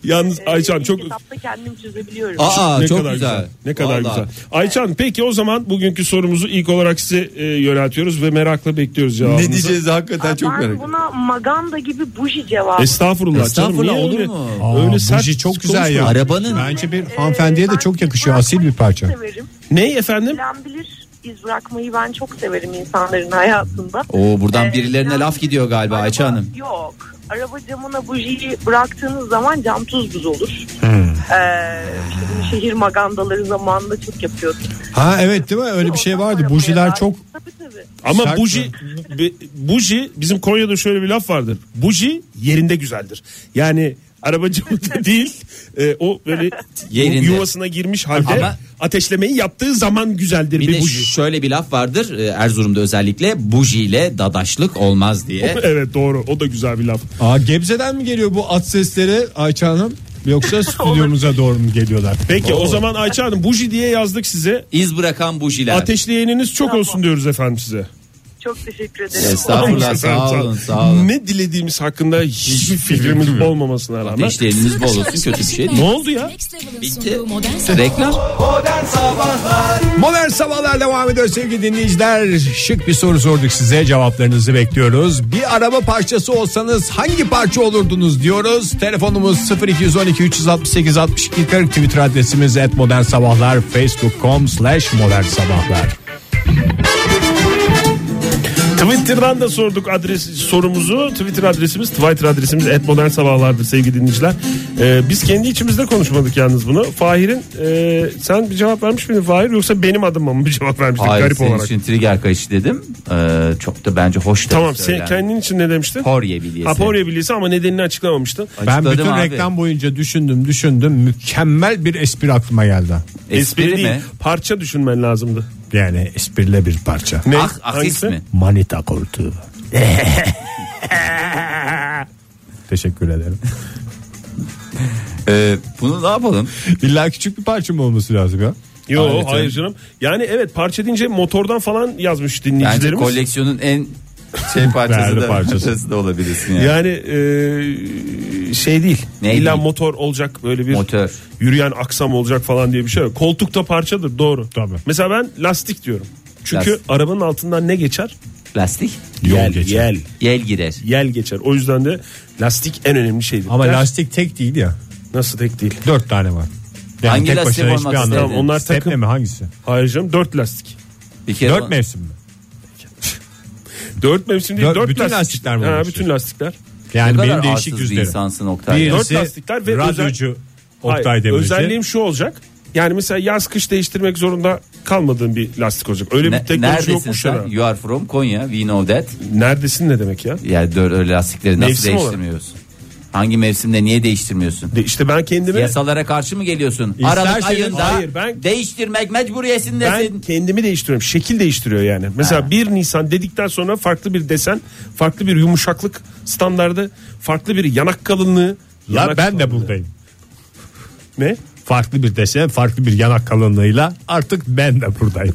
S4: Yalnız
S1: Ee,
S4: Ayça'm çok
S1: kitapta kendim çözebiliyorum.
S3: Aa
S4: ne
S3: çok
S4: kadar
S3: güzel.
S4: güzel. Ne kadar
S3: Vallahi.
S4: güzel. Ayça'm peki o zaman bugünkü sorumuzu ilk olarak size e, yöneltiyoruz ve merakla bekliyoruz cevabınızı.
S3: Ne diyeceğiz hakikaten
S1: ben
S3: çok merak ediyorum.
S1: buna maganda gibi buji cevabı.
S4: Estağfurullah.
S3: Estağfurullah,
S4: canım, niye
S3: olur
S4: öyle-
S3: mu?
S2: Aa,
S4: Öyle
S2: buji
S4: sert
S2: çok güzel ya.
S4: konuşma.
S3: Arabanın-
S2: Bence bir
S1: Ee,
S2: hanımefendiye de
S1: ben
S2: çok
S1: iz
S2: yakışıyor. Asil bir
S1: bırakmayı
S2: parça.
S1: çok Severim.
S4: Ne efendim?
S1: Bilen bilir iz bırakmayı ben çok severim insanların hayatında.
S3: Oo buradan
S1: Ee,
S3: birilerine
S1: yani-
S3: laf gidiyor galiba
S1: Araba-
S3: Ayça Hanım.
S1: Yok. Araba camına bujiyi bıraktığınız zaman cam tuz buz olur.
S2: Hmm.
S1: Ee, işte bunu şehir magandaları zamanında çok yapıyordu.
S2: Ha evet değil mi? Öyle bir şey vardı.
S1: Arabaya
S2: Bujiler
S1: dair-
S2: çok
S1: Tabii tabii.
S4: Ama
S2: Sert
S4: buji bi- buji bizim Konya'da şöyle bir laf vardır. Buji yerinde güzeldir. Yani araba camında değil e, o böyle
S3: Yerinde.
S4: yuvasına girmiş halde
S3: Ama-
S4: ateşlemeyi yaptığı zaman güzeldir
S3: Bir
S4: bir,
S3: de
S4: buji.
S3: şöyle bir laf vardır e, Erzurum'da özellikle buji ile dadaşlık olmaz diye.
S4: Evet doğru o da güzel bir laf.
S2: Aa, Gebze'den mi geliyor bu at sesleri Ayça Hanım? Yoksa stüdyomuza doğru mu geliyorlar?
S4: Peki o zaman Ayça Hanım buji diye yazdık size.
S3: İz bırakan bujiler.
S4: Ateşleyeniniz çok
S1: Tamam.
S4: olsun diyoruz efendim size.
S1: Çok teşekkür ederim.
S3: Estağfurullah sağ olun sağ olun.
S4: Ne dilediğimiz hakkında hiçbir fikrimiz olmamasına rağmen.
S3: Ateşleriniz bol olsun kötü bir şey
S4: Ne
S3: değil.
S4: oldu ya?
S3: Bitti.
S6: Bitti.
S3: Reklam.
S2: Modern Sabahlar devam ediyor sevgili dinleyiciler. Şık bir soru sorduk size cevaplarınızı bekliyoruz. Bir araba parçası olsanız hangi parça olurdunuz diyoruz. Telefonumuz 0212 368 62 40 Twitter adresimiz et modern sabahlar facebook.com slash modern sabahlar.
S4: Twitter'dan da sorduk adres sorumuzu. Twitter adresimiz, Twitter adresimiz et modern sabahlardır sevgili dinleyiciler. Ee, biz kendi içimizde konuşmadık yalnız bunu. Fahir'in e, sen bir cevap vermiş miydin Fahir yoksa benim adıma mı bir cevap vermiştik
S3: Hayır
S4: garip
S3: senin
S4: olarak?
S3: için trigger kayışı dedim. Ee, çok da bence hoş da
S4: Tamam sen
S3: söylendi.
S4: kendin için ne demiştin?
S3: Porye bilyesi.
S4: Ha, Porya bilyesi ama nedenini açıklamamıştın.
S2: Ben
S3: Açıkladım
S2: bütün
S3: abi.
S2: reklam boyunca düşündüm düşündüm mükemmel bir espri aklıma geldi.
S3: Espri, mi?
S4: parça düşünmen lazımdı.
S2: Yani espriyle bir parça.
S4: Ne?
S3: Ah, aksis
S4: Hangisi?
S3: mi?
S2: Manita koltuğu. Teşekkür ederim.
S3: Ee, bunu ne yapalım?
S2: İlla küçük bir parça mı olması lazım ya?
S4: Yo
S3: Aleti.
S4: hayır canım. Yani evet parça deyince motordan falan yazmış
S3: Bence
S4: dinleyicilerimiz.
S3: koleksiyonun en şey parçası
S2: Değerli
S3: da,
S2: parçası.
S3: parçası da olabilirsin yani.
S4: Yani e, şey değil.
S3: Ne
S4: İlla
S3: değil?
S4: motor olacak böyle bir
S3: Motor.
S4: yürüyen aksam olacak falan diye bir şey yok. Koltuk da parçadır doğru.
S2: Tabii.
S4: Mesela ben lastik diyorum. Çünkü
S3: Lastik.
S4: arabanın altından ne geçer?
S3: Lastik.
S2: Yol geçer.
S4: Yel.
S3: Yel girer.
S4: Yel geçer. O yüzden de lastik en önemli şeydir.
S2: Ama
S4: Der-
S2: lastik tek değil ya.
S4: nasıl tek değil?
S2: Dört tane var. Yani
S3: Hangi
S2: tek
S3: lastik
S2: başına
S3: olmak
S2: hiçbir anlamı
S3: istedin?
S2: yok.
S4: Tamam, onlar
S2: Stepne
S4: takım.
S2: mi hangisi?
S4: Hayır canım dört lastik.
S3: Bir kere
S2: Dört
S3: ona-
S2: mevsim mi?
S4: Dört mevsim değil.
S2: Dört-
S4: Dört,
S2: bütün
S4: lastik.
S2: lastikler mi
S4: Ha,
S2: var?
S4: bütün lastikler.
S3: Ne
S2: Yani
S3: kadar
S2: benim değişik
S3: arsız bir
S2: yüzlerim.
S3: insansın Oktay. ya.
S2: Birisi
S4: Dört lastikler ve
S2: radyocu
S4: Hayır,
S2: Oktay Demirci.
S4: özelliğim şu olacak. Yani mesela yaz kış değiştirmek zorunda kalmadığın bir lastik olacak. Öyle
S3: Ne-
S4: bir teknoloji
S3: neredesin
S4: yokmuş ya.
S3: sen? You are from Konya. We know that.
S4: Neredesin ne demek ya?
S3: Yani dört öyle lastikleri nasıl
S4: Mevsim
S3: değiştirmiyorsun? Hangi mevsimde niye değiştirmiyorsun?
S4: De işte ben kendimi
S3: Yasalara karşı mı geliyorsun? Aralık ayında
S4: Hayır, ben-
S3: değiştirmek mecburiyetindesin.
S4: Ben kendimi değiştiriyorum. Şekil değiştiriyor yani. Mesela 1 Nisan dedikten sonra farklı bir desen, farklı bir yumuşaklık standardı, farklı bir yanak kalınlığı.
S2: La
S4: Yanak
S2: ben de
S4: kalınlığı.
S2: buradayım.
S4: Ne?
S2: farklı bir dese farklı bir yanak kalınlığıyla artık ben de buradayım.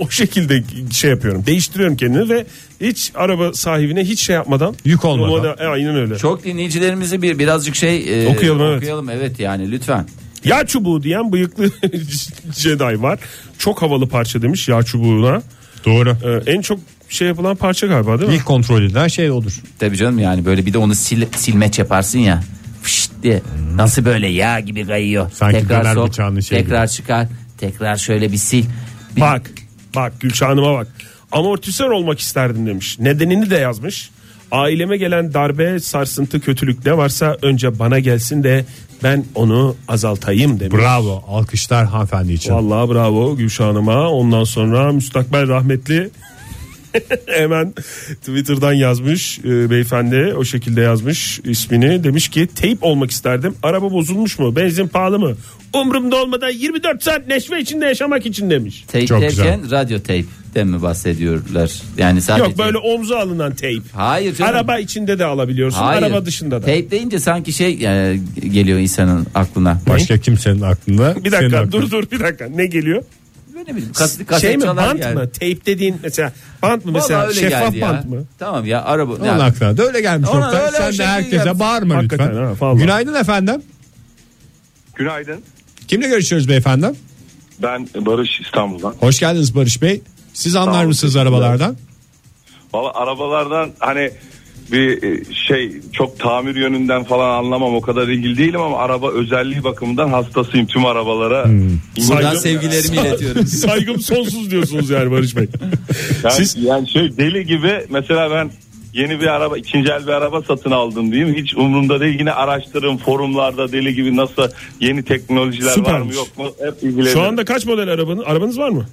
S4: o şekilde şey yapıyorum. Değiştiriyorum kendimi ve hiç araba sahibine hiç şey yapmadan.
S2: Yük olmadan.
S4: O model- e, aynen öyle.
S3: Çok dinleyicilerimizi bir birazcık şey e,
S4: Okuyalım, evet.
S3: okuyalım evet yani lütfen.
S4: Yağ çubuğu diyen bıyıklı Jedi var. Çok havalı parça demiş yağ çubuğuna.
S2: Doğru.
S4: Ee, en çok şey yapılan parça galiba değil mi?
S2: İlk kontrolünden şey olur.
S3: Tabii canım yani böyle bir de onu sil, silmeç yaparsın ya. Fışt diye. Nasıl böyle yağ gibi kayıyor.
S2: Sanki döner
S3: tekrar sok,
S2: bıçağının şey gibi.
S3: tekrar çıkar, tekrar şöyle bir sil. Bir-
S4: Bak bak Gülşah Hanım'a bak. Amortisör olmak isterdim demiş. Nedenini de yazmış. Aileme gelen darbe, sarsıntı, kötülük ne varsa önce bana gelsin de ben onu azaltayım demiş.
S2: Bravo. Alkışlar hanımefendi için.
S4: Vallahi bravo Gülşah Hanım'a. Ondan sonra müstakbel rahmetli hemen Twitter'dan yazmış e, beyefendi o şekilde yazmış ismini demiş ki teyp olmak isterdim araba bozulmuş mu benzin pahalı mı umrumda olmadan 24 saat neşve içinde yaşamak için demiş
S3: Teyp
S2: Çok
S3: derken radyo teypten mi bahsediyorlar? Yani sadece
S4: yok böyle omza alınan teyp
S3: Hayır canım.
S4: araba içinde de alabiliyorsun
S3: Hayır.
S4: araba dışında da
S3: Teyp deyince sanki şey e, geliyor insanın aklına.
S2: Başka kimsenin aklında.
S4: bir
S2: senin
S4: dakika dur
S2: aklında.
S4: dur bir dakika ne geliyor
S3: Böyle mi? Kas, kaset
S4: şey mi
S3: çalar
S4: bant
S3: yani.
S4: mı teyp dediğin mesela bant mı
S3: Vallahi
S4: mesela
S3: öyle
S4: şeffaf
S3: geldi ya.
S4: bant mı
S3: Tamam ya araba.
S2: Onun
S3: ya,
S2: aklına da öyle gelmiş
S3: Ona
S2: Oktay.
S3: öyle o
S2: Sen de
S3: şekilde
S2: herkese
S3: yaptın.
S2: bağırma
S4: Hakikaten
S2: lütfen.
S4: ha, vallahi.
S2: Günaydın efendim.
S6: Günaydın.
S2: Kimle görüşüyoruz beyefendi?
S6: Ben Barış İstanbul'dan.
S2: Hoş geldiniz Barış Bey. Siz
S6: Sağ
S2: anlar
S6: olun,
S2: mısınız
S6: teşekkürler.
S2: arabalardan?
S6: Valla arabalardan hani bir e, şey çok tamir yönünden falan anlamam o kadar ilgili değilim ama araba özelliği bakımından hastasıyım tüm arabalara.
S4: Hmm.
S3: Buradan
S4: Saygım-
S3: sevgilerimi iletiyorum.
S4: Saygım sonsuz diyorsunuz yani Barış Bey.
S6: Yani,
S4: Siz
S6: yani şey deli gibi mesela ben yeni bir araba ikinci el bir araba satın aldım diyeyim hiç umurumda değil yine araştırırım forumlarda deli gibi nasıl yeni teknolojiler var mı
S4: Süpermiş.
S6: yok mu hep ilgilenirim.
S4: şu anda kaç model arabanın? Arabanız var mı?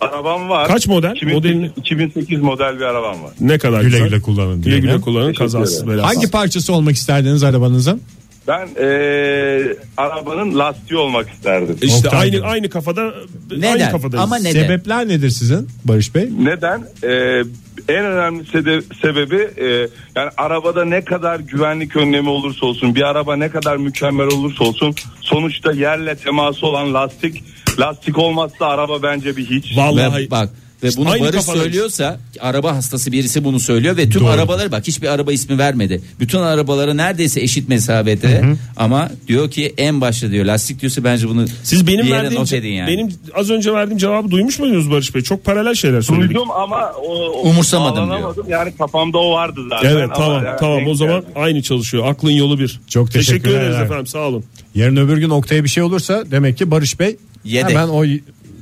S6: arabam var.
S4: Kaç model?
S6: 2008,
S4: Modelini-
S6: 2008 model bir arabam var.
S4: Ne kadar
S2: Güle
S4: güzel.
S2: güle kullanın.
S4: Güle güle
S2: diyelim.
S4: kullanın
S6: Teşekkür
S4: kazasız
S6: ederim.
S4: belasız.
S2: Hangi parçası olmak isterdiniz arabanızın?
S6: Ben eee, arabanın lastiği olmak isterdim.
S4: işte
S2: Oktay
S4: aynı
S2: diyor.
S4: aynı kafada aynı
S3: Neden?
S4: kafadayız.
S3: Ama neden?
S2: Sebepler nedir sizin Barış Bey?
S6: Neden? Eee, en önemli sede- sebebi eee, yani arabada ne kadar güvenlik önlemi olursa olsun bir araba ne kadar mükemmel olursa olsun sonuçta yerle teması olan lastik lastik olmazsa araba bence bir hiç.
S4: Vallahi
S3: Ve bak ve
S4: İşte
S3: bunu
S4: aynı
S3: Barış
S4: kafadayız.
S3: söylüyorsa araba hastası birisi bunu söylüyor ve tüm
S2: Doğru.
S3: arabalar bak hiçbir araba ismi vermedi. Bütün arabalara neredeyse eşit mesafede ama diyor ki en başta diyor lastik diyorsa bence bunu
S4: siz
S3: bir
S4: benim
S3: yere
S4: verdiğim şey-
S3: not edin yani.
S4: benim az önce verdiğim cevabı duymuş muydunuz Barış Bey? Çok paralel şeyler söyledik.
S6: Duydum ama o, o-
S3: Umursamadım
S6: bağlanamadım. Yani kafamda o vardı zaten.
S4: Evet
S6: ama
S4: tamam
S6: yani
S4: tamam
S6: denk
S4: o zaman
S6: geldi.
S4: aynı çalışıyor. Aklın yolu bir.
S2: Çok teşekkürler.
S4: ederiz efendim sağ olun.
S2: Yarın öbür gün Oktay'a bir şey olursa demek ki Barış Bey
S3: Yedek.
S2: hemen o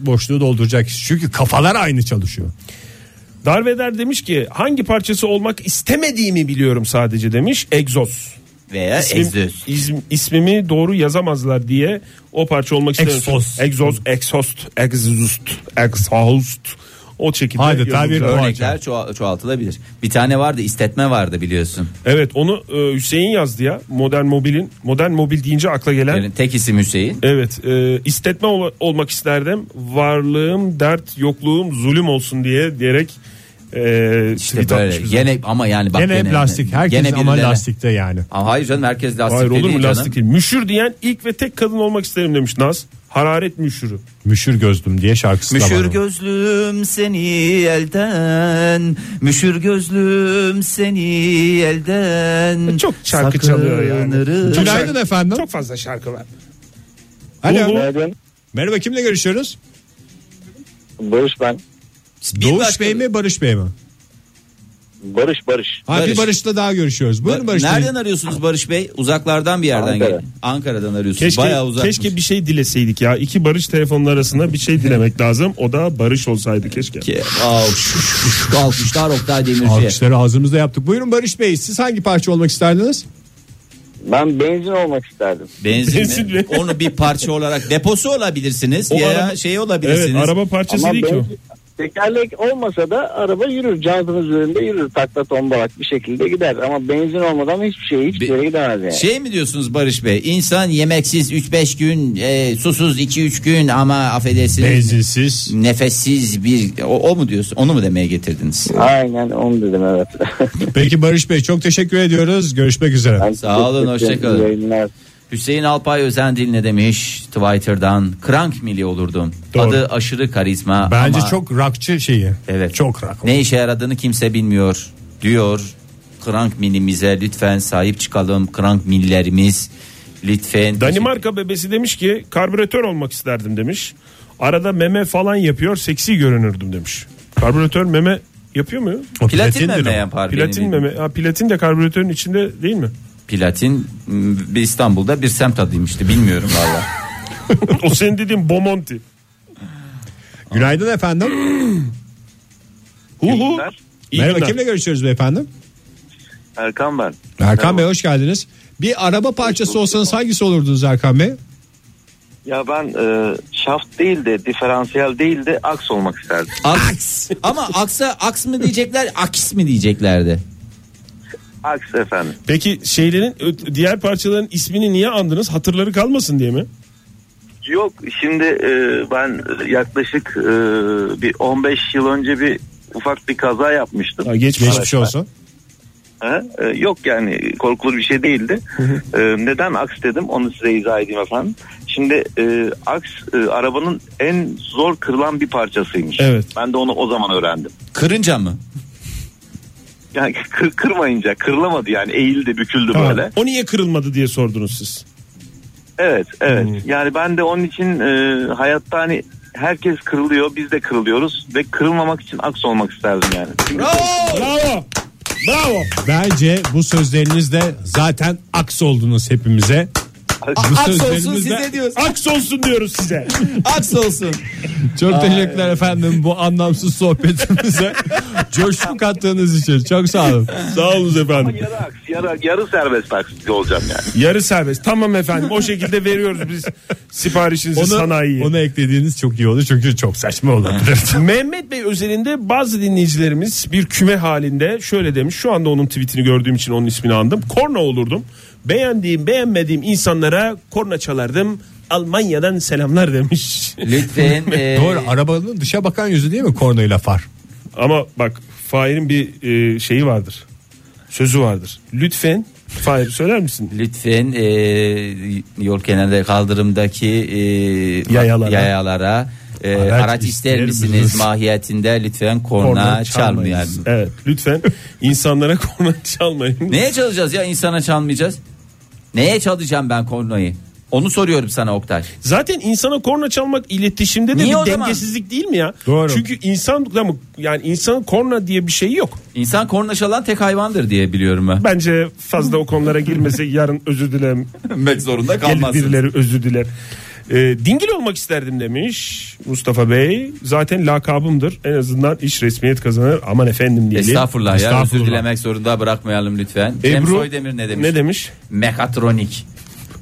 S2: boşluğu dolduracak. Çünkü kafalar aynı çalışıyor.
S4: Darveder demiş ki hangi parçası olmak istemediğimi biliyorum sadece demiş. Egzoz.
S3: Veya
S4: İsmim,
S3: egzoz.
S4: izm- ismimi doğru yazamazlar diye o parça olmak istiyorum.
S2: Exos.
S4: Egzoz, exhaust, exhaust, exhaust. O şekilde.
S2: Haydi,
S4: yazılacak.
S2: tabir bu.
S3: Örnekler çoğa- çoğaltılabilir. Bir tane vardı istetme vardı biliyorsun.
S4: Evet onu e, Hüseyin yazdı ya. Modern Mobil'in. Modern Mobil deyince akla gelen.
S3: Yani tek isim Hüseyin.
S4: Evet e, istetme ol- olmak isterdim. Varlığım dert yokluğum zulüm olsun diye diyerek e,
S3: İşte
S4: tweet
S3: böyle.
S4: atmış bize.
S3: Gene ama yani bak
S2: Gene hep lastik. Herkes
S3: gene
S2: ama
S3: birileri-
S2: lastikte yani.
S3: Ama hayır canım herkes lastik
S4: Hayır olur mu
S3: canım.
S4: lastik değil. Müşür diyen ilk ve tek kadın olmak isterim demiş Naz. Hararet müşürü.
S2: Müşür gözlüm diye şarkısı da var.
S3: Müşür
S2: onun.
S3: gözlüm seni elden Müşür gözlüm seni elden
S4: E, Çok şarkı çalıyor yani.
S3: Sakınırım.
S4: Çok
S2: Günaydın
S4: şarkı-
S2: efendim.
S4: Çok fazla şarkı var.
S2: Alo.
S4: Bu-
S2: Merhaba kimle görüşüyoruz?
S7: Barış ben.
S3: Bir
S2: Doğuş
S3: başka-
S2: Bey mi Barış Bey mi?
S7: Barış Barış.
S2: Ha,
S3: Barış.
S2: Bir Barış'la daha görüşüyoruz. Buyurun
S3: Ba-
S2: Barış Bey.
S3: Nereden arıyorsunuz Barış Bey? Uzaklardan bir yerden
S7: Ankara.
S3: gelin. Ankara'dan arıyorsunuz.
S4: Keşke,
S3: Bayağı uzak.
S4: keşke bir şey dileseydik ya. İki barış telefonun arasında bir şey dilemek lazım. O da barış olsaydı keşke.
S3: Alkışlar Oktay Demirci'ye.
S2: Alkışları ağzımızda yaptık. Buyurun Barış Bey siz hangi parça olmak isterdiniz?
S7: Ben benzin olmak isterdim.
S3: Benzin,
S4: Benzin
S3: mi?
S4: mi?
S3: Onu bir parça olarak deposu olabilirsiniz.
S4: O
S3: ya
S4: araba-
S3: şey
S4: Evet
S3: olabilirsiniz.
S4: araba parçası
S7: Ama
S4: değil ki o.
S7: benzin, tekerlek olmasa da araba yürür. Cazın üzerinde yürür. Takla tombalak bir şekilde gider. Ama benzin olmadan hiçbir şey hiçbir
S3: Be-
S7: yere gidemez yani.
S3: Şey mi diyorsunuz Barış Bey? İnsan yemeksiz 3-5 gün, e, susuz 2-3 gün ama affedersiniz.
S2: Benzinsiz.
S3: nefessiz bir o, o mu diyorsun? Onu mu demeye getirdiniz?
S7: Aynen onu dedim evet.
S2: Peki Barış Bey çok teşekkür ediyoruz. Görüşmek üzere.
S7: Ben
S3: Sağ olun,
S7: teşekkür
S3: hoşça
S7: ederim.
S3: kalın.
S7: Yayınlar.
S3: Hüseyin Alpay Özendil ne demiş Twitter'dan? Krank mili olurdum.
S2: Doğru.
S3: Adı aşırı karizma
S2: Bence
S3: ama
S2: çok rakçı şeyi.
S3: Evet.
S2: Çok rak.
S3: ne işe yaradığını kimse bilmiyor diyor. Krank milimize lütfen sahip çıkalım. Krank millerimiz lütfen.
S4: Danimarka bebesi demiş ki karbüratör olmak isterdim demiş. Arada meme falan yapıyor seksi görünürdüm demiş. Karbüratör meme yapıyor mu?
S2: O
S3: Platin
S2: platindir
S3: meme
S2: o.
S3: yapar. benim
S4: Platin
S3: bildiğim.
S4: meme. Ha, platin de karbüratörün içinde değil mi?
S3: Platin m, bir İstanbul'da bir semt adıymıştı bilmiyorum valla.
S4: o senin dediğin Bomonti.
S2: Günaydın efendim.
S4: Hu hu.
S6: Günler.
S4: İyi
S2: Merhaba
S4: günler.
S2: kimle görüşüyoruz beyefendim?
S6: Erkan ben.
S2: Erkan Bey hoş geldiniz. Bir araba parçası olsanız hangisi olurdunuz Erkan Bey?
S6: Ya ben e, şaft değil de diferansiyel değil de aks olmak isterdim.
S3: Aks. Ama aksa aks mı diyecekler aks mı diyeceklerdi.
S6: Aks efendim.
S4: Peki şeylerin ö- diğer parçaların ismini niye andınız? Hatırları kalmasın diye mi?
S6: Yok şimdi e, ben yaklaşık e, bir 15 yıl önce bir ufak bir kaza yapmıştım.
S4: Ha, geçmiş.
S2: Geçmiş olsun.
S6: Ha, e, yok yani korkulur bir şey değildi. E, neden aks dedim onu size izah edeyim efendim. Şimdi e, aks e, arabanın en zor kırılan bir parçasıymış.
S4: Evet.
S6: Ben de onu o zaman öğrendim.
S3: Kırınca mı?
S6: Yani kır, kırmayınca kırılamadı yani eğildi büküldü
S4: Tamam.
S6: böyle.
S4: O niye kırılmadı diye sordunuz siz.
S6: Evet evet yani ben de onun için e, hayatta hani herkes kırılıyor biz de kırılıyoruz ve kırılmamak için aks olmak isterdim yani. Çünkü
S4: Bravo. Bravo.
S2: Bence bu sözlerinizde zaten aks oldunuz hepimize.
S6: Aks-
S2: Bu
S3: aks olsun
S2: sözlerinizle-
S3: size diyoruz.
S4: Aks olsun diyoruz size.
S3: Aks olsun.
S2: Çok teşekkürler efendim bu anlamsız sohbetimize. Coşku kattığınız için çok sağ olun.
S4: Sağ olun efendim.
S6: yarı aks yarı, yarı serbest aks olacağım yani.
S4: Yarı serbest. Tamam efendim. O şekilde veriyoruz biz siparişinizi sanayiye.
S2: onu eklediğiniz çok iyi oldu çünkü çok saçma olabilir.
S4: Mehmet Bey özelinde bazı dinleyicilerimiz bir küme halinde şöyle demiş. Şu anda onun tweetini gördüğüm için onun ismini andım. Korna olurdum. Beğendiğim beğenmediğim insanlara korna çalardım. Almanya'dan selamlar demiş.
S3: Lütfen. e,
S2: Doğru arabanın dışa bakan yüzü değil mi kornoyla far?
S4: Ama bak Fahir'in bir e, şeyi vardır. Sözü vardır. Lütfen Fahir söyler misin?
S3: Lütfen e, yol kenarında kaldırımdaki e,
S4: Yayalara.
S3: yayalara, e,
S2: Araç
S3: araç, ister
S2: ister
S3: misiniz
S2: misiniz?
S3: mahiyetinde lütfen korna,
S4: Korna
S3: çalmayalım.
S4: Evet. Lütfen insanlara korna çalmayın.
S3: Neye çalacağız ya insana çalmayacağız? Neye çalacağım ben kornayı? Onu soruyorum sana Oktay.
S4: Zaten insana korna çalmak iletişimde de
S3: Niye o
S4: bir
S3: zaman?
S4: dengesizlik değil mi ya?
S2: Doğru.
S4: Çünkü insan ama yani insanın korna diye bir şey yok.
S3: İnsan korna çalan tek hayvandır diye biliyorum ben.
S4: Bence fazla o konulara girmese yarın özür dilerim.
S3: Bilmek zorunda
S4: Gelir
S3: kalmazsın.
S4: birileri özür diler. Ee, dingil olmak isterdim demiş Mustafa Bey. Zaten lakabımdır. En azından iş resmiyet kazanır. Aman efendim diye.
S3: Estağfurullah, ya özür
S2: Estağfurullah.
S3: dilemek zorunda bırakmayalım lütfen. Cem Soydemir ne demiş?
S4: Ne demiş?
S3: Mekatronik.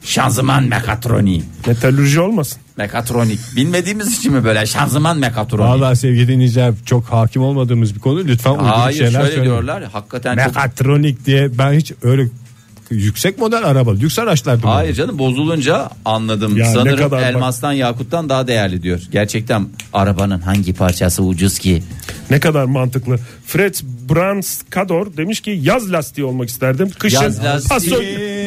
S3: Şanzıman mekatroniği.
S4: Metalürji olmasın.
S3: Mekatronik. Bilmediğimiz için mi böyle şanzıman mekatronik?
S2: Vallahi sevgili dinleyiciler çok hakim olmadığımız bir konu lütfen uygun
S3: Hayır
S2: şeyler
S3: şöyle
S2: söyleyin.
S3: diyorlar hakikaten çok...
S2: Mekatronik diye ben hiç öyle yüksek model araba lüks araçlardım.
S3: Hayır canım bozulunca anladım.
S4: Ya ne
S3: Sanırım
S4: kadar bak-
S3: elmastan yakuttan daha değerli diyor. Gerçekten arabanın hangi parçası ucuz ki?
S4: Ne kadar mantıklı. Fred Branskador demiş ki yaz lastiği olmak isterdim. Kışın
S3: Yaz lastiği.
S4: paso-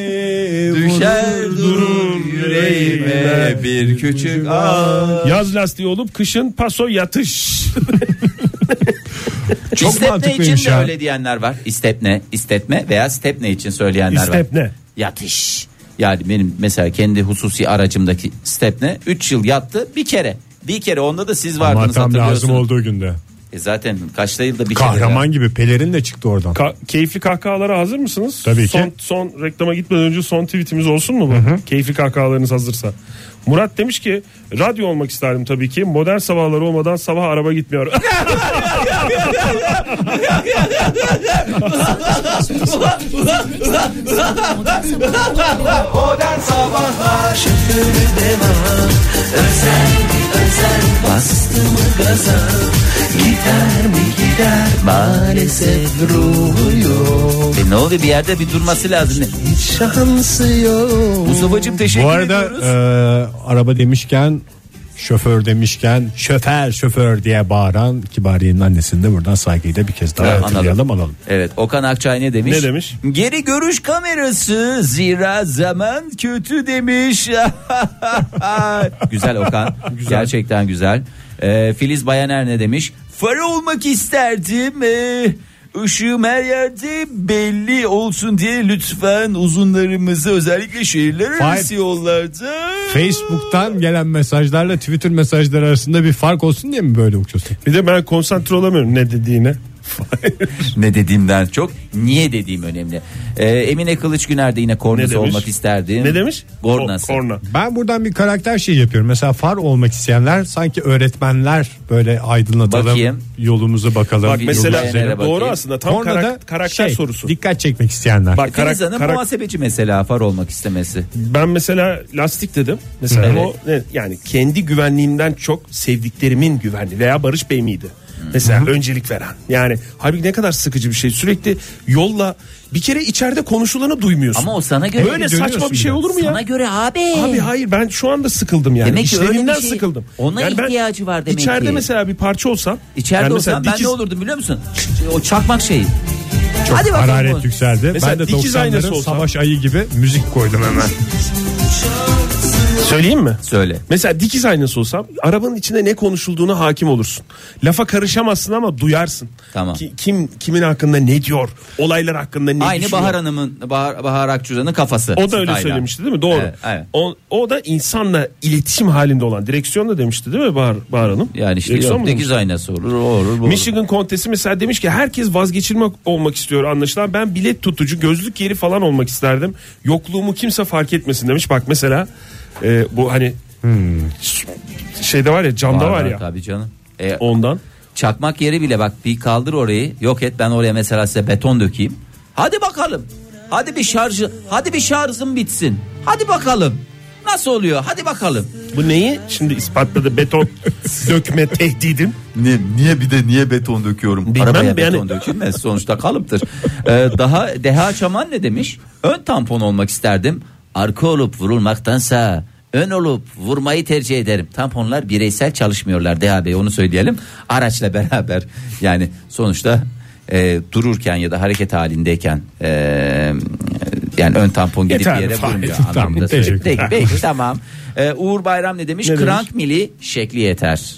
S3: Düşer durur
S4: yüreğime
S3: bir küçük
S4: Yaz lastiği olup kışın paso yatış.
S2: Çok
S3: İstepne
S2: mantıklıymış
S3: için de
S2: ya.
S3: öyle diyenler var. İstepne, istetme veya stepne için söyleyenler var.
S4: İstepne.
S3: Yatış. Yani benim mesela kendi hususi aracımdaki stepne 3 yıl yattı bir kere. Bir kere onda da siz
S2: Ama
S3: vardınız
S2: tam lazım
S3: hatırlıyorsunuz.
S2: olduğu günde.
S3: E zaten kaçta yılda bir kere.
S2: Kahraman gibi pelerin de çıktı oradan.
S4: Ka- keyifli kahkahalara hazır mısınız?
S2: Tabii
S4: son,
S2: ki.
S4: Son reklama gitmeden önce son tweetimiz olsun mu bu? Keyifli kahkahalarınız hazırsa. Murat demiş ki radyo olmak isterdim tabii ki. Modern sabahlar olmadan sabah araba gitmiyor.
S5: Maalesef ruhu yok.
S3: E ne oluyor bir yerde bir durması lazım.
S5: Şansı yok.
S3: Mustafa'cığım teşekkür
S2: Bu arada
S3: ediyoruz.
S2: e, araba demişken Şoför demişken şoför şoför diye bağıran Kibariye'nin annesini de buradan saygıyla bir kez daha
S3: Evet,
S2: hatırlayalım alalım.
S3: Evet Okan Akçay ne demiş?
S4: Ne demiş?
S3: Geri görüş kamerası zira zaman kötü demiş. güzel Okan. Gerçekten güzel. Ee, Filiz Bayaner ne demiş? Fare olmak isterdim. Ee, ışığım her yerde belli olsun diye lütfen uzunlarımızı özellikle şehirler arası yollarda.
S2: Facebook'tan gelen mesajlarla Twitter mesajları arasında bir fark olsun diye mi böyle okuyorsun?
S4: Bir de ben konsantre olamıyorum ne dediğine.
S3: ne dediğimden çok niye dediğim önemli. Ee, Emine Kılıç Güner de yine
S4: Ne
S3: kornası
S4: demiş?
S3: olmak isterdim.
S4: Ne demiş?
S3: Kornası.
S4: Ko- Korna.
S2: Ben buradan bir karakter şey yapıyorum. Mesela far olmak isteyenler sanki öğretmenler böyle aydınlatalım.
S3: Bakayım.
S2: yolumuzu bakalım.
S3: Bak
S2: Yolumuzu
S4: Mesela
S3: Bilmeyenlere
S4: doğru
S3: bakayım.
S4: aslında tam
S2: Kornada
S4: karak- karakter
S2: şey,
S4: sorusu.
S2: Dikkat çekmek isteyenler.
S4: Bak karak-
S3: E, Filiz Hanım
S4: karak-
S3: muhasebeci mesela far olmak istemesi.
S4: ben mesela lastik dedim. Mesela
S3: Evet.
S4: o ne- yani kendi güvenliğimden çok sevdiklerimin güvenliği veya Barış Bey miydi? Mesela öncelik veren. Yani halbuki ne kadar sıkıcı bir şey. Sürekli yolla bir kere içeride konuşulanı duymuyorsun.
S3: Ama o sana göre
S4: Böyle
S2: Görüyorsun
S4: saçma bir
S2: bir
S4: şey
S2: de.
S4: olur mu ya?
S5: Sana göre abi.
S4: Abi hayır ben şu anda sıkıldım yani.
S3: Demek ki öyle bir
S4: İşlerimden
S3: şey-
S4: sıkıldım.
S5: Ona
S4: yani ben
S5: ihtiyacı var demek
S4: içeride
S5: ki.
S4: mesela bir parça olsam.
S3: İçeride
S4: yani mesela
S3: olsam ben
S4: dikiz-
S3: ne olurdum biliyor musun? O çakmak şeyi.
S2: Çok
S3: Hadi bakalım.
S2: hararet yükseldi.
S4: Mesela
S2: ben de
S4: dikiz aynası
S2: 90'ların
S4: olsa-
S2: savaş ayı gibi müzik koydum hemen.
S4: Söyleyeyim mi?
S3: Söyle.
S4: Mesela dikiz aynası olsam arabanın içinde ne konuşulduğuna hakim olursun. Lafa karışamazsın ama duyarsın.
S3: Tamam.
S4: Ki- kim kimin hakkında ne diyor? Olaylar hakkında ne
S3: Aynı
S4: düşünüyor?
S3: Bahar Hanım'ın Bahar, Bahar Akçura'nın kafası.
S4: O da öyle
S3: Style.
S4: söylemişti değil mi? Doğru.
S3: Evet, evet.
S4: O, o da insanla iletişim halinde olan direksiyon da demişti değil mi Bahar, Bahar Hanım?
S3: Yani işte
S4: Direksiyon
S3: yok,
S4: mu
S3: dikiz aynası olur, o olur, bu olur.
S4: Michigan kontesi mesela demiş ki herkes vazgeçilmek olmak istiyor anlaşılan. Ben bilet tutucu gözlük yeri falan olmak isterdim. Yokluğumu kimse fark etmesin demiş. Bak mesela e, bu hani ş- şeyde var ya camda var, ya
S3: Tabii canım. E,
S4: ondan.
S3: çakmak yeri bile bak bir kaldır orayı. Yok et ben oraya mesela size beton dökeyim. Hadi bakalım. Hadi bir şarjı, hadi bir şarjım bitsin. Hadi bakalım. Nasıl oluyor? Hadi bakalım.
S4: Bu neyi şimdi ispatladı beton dökme tehdidim.
S3: Ne, niye bir de niye beton döküyorum?
S4: Bilmem
S3: Arabaya
S4: yani.
S3: beton dökülmez sonuçta kalıptır. Ee, daha Deha Çaman ne demiş? Ön tampon olmak isterdim. Arka olup vurulmaktansa ön olup vurmayı tercih ederim. Tamponlar bireysel çalışmıyorlar Deha Bey onu söyleyelim. Araçla beraber yani sonuçta e, dururken ya da hareket halindeyken e, yani ön tampon gidip
S2: Yeterli,
S3: bir yere
S2: Fahir.
S3: vurmuyor
S2: Tamam,
S3: anlamında söylüyorum.
S2: teşekkürler.
S3: Peki, peki, tamam. Ee, Uğur Bayram ne demiş?
S4: Ne demiş?
S3: Krank mili şekli yeter.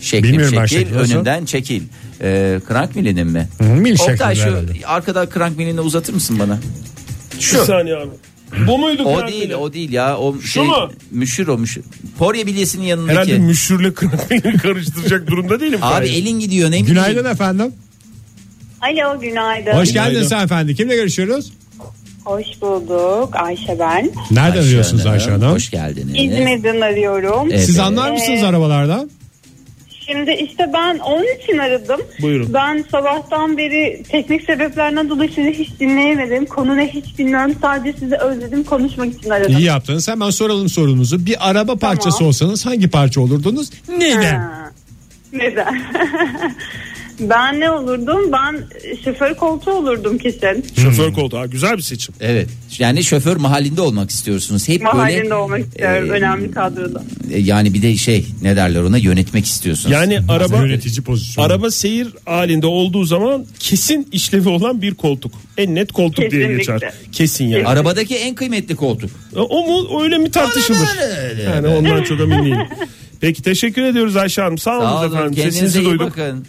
S3: Şeklim
S2: Bilmiyorum ben
S3: şekil
S2: şekli nasıl.
S3: önünden çekil. Ee, krank milinin mi?
S2: mil
S3: Oktay
S2: şeklinde
S3: şu
S2: herhalde.
S3: arkada krank milini uzatır mısın bana?
S4: Şu. Bir saniye abi. Bu muydu?
S3: O
S4: krank
S3: değil
S4: mili?
S3: o değil ya. O şey, şu
S4: mu?
S3: Müşür o müşür. Porya bilyesinin yanındaki.
S4: Herhalde müşürle krankmeli karıştıracak durumda değilim.
S3: Abi
S4: Hayır.
S3: elin gidiyor ne bileyim.
S2: Günaydın efendim.
S8: Alo günaydın.
S2: Hoş
S8: Hoş,
S2: geldiniz efendim. Kimle görüşüyoruz?
S8: bulduk Ayşe ben.
S2: Nereden arıyorsunuz Ayşe Hanım?
S3: Hoş geldiniz.
S8: İzmir'den arıyorum.
S3: Evet.
S2: Siz anlar mısınız
S8: Ee,
S2: arabalardan?
S8: Şimdi işte ben onun için aradım.
S4: Buyurun.
S8: Ben sabahtan beri teknik sebeplerden dolayı sizi hiç dinleyemedim. Konu ne hiç bilmiyorum. Sadece sizi özledim konuşmak için aradım.
S2: İyi yaptınız. Hemen soralım sorumuzu. Bir araba parçası olsanız hangi parça olurdunuz? Neden?
S8: Ha, Neden? ben ne olurdum? Ben şoför koltuğu olurdum kesin.
S4: Şoför koltuğu. Ha, güzel bir seçim.
S3: Evet. Yani şoför mahallinde olmak istiyorsunuz. Hep
S8: Mahallinde
S3: böyle
S8: olmak istiyorum.
S3: e,
S8: önemli kadroda.
S3: e, yani bir de şey ne derler ona yönetmek istiyorsunuz.
S4: Yani araba
S2: yönetici pozisyonu.
S4: Araba seyir halinde olduğu zaman kesin işlevi olan bir koltuk. En net koltuk diye
S8: Kesinlikle.
S4: geçer. Kesin yani.
S3: Arabadaki en kıymetli koltuk.
S4: O mu öyle mi tartışılır? Yani ondan çok emin değilim. Peki teşekkür ediyoruz Ayşe Hanım. Sağ olun,
S3: Sağ olun.
S4: efendim.
S3: Kendinize
S4: Sesinizi
S3: iyi
S4: duyduk.
S3: bakın.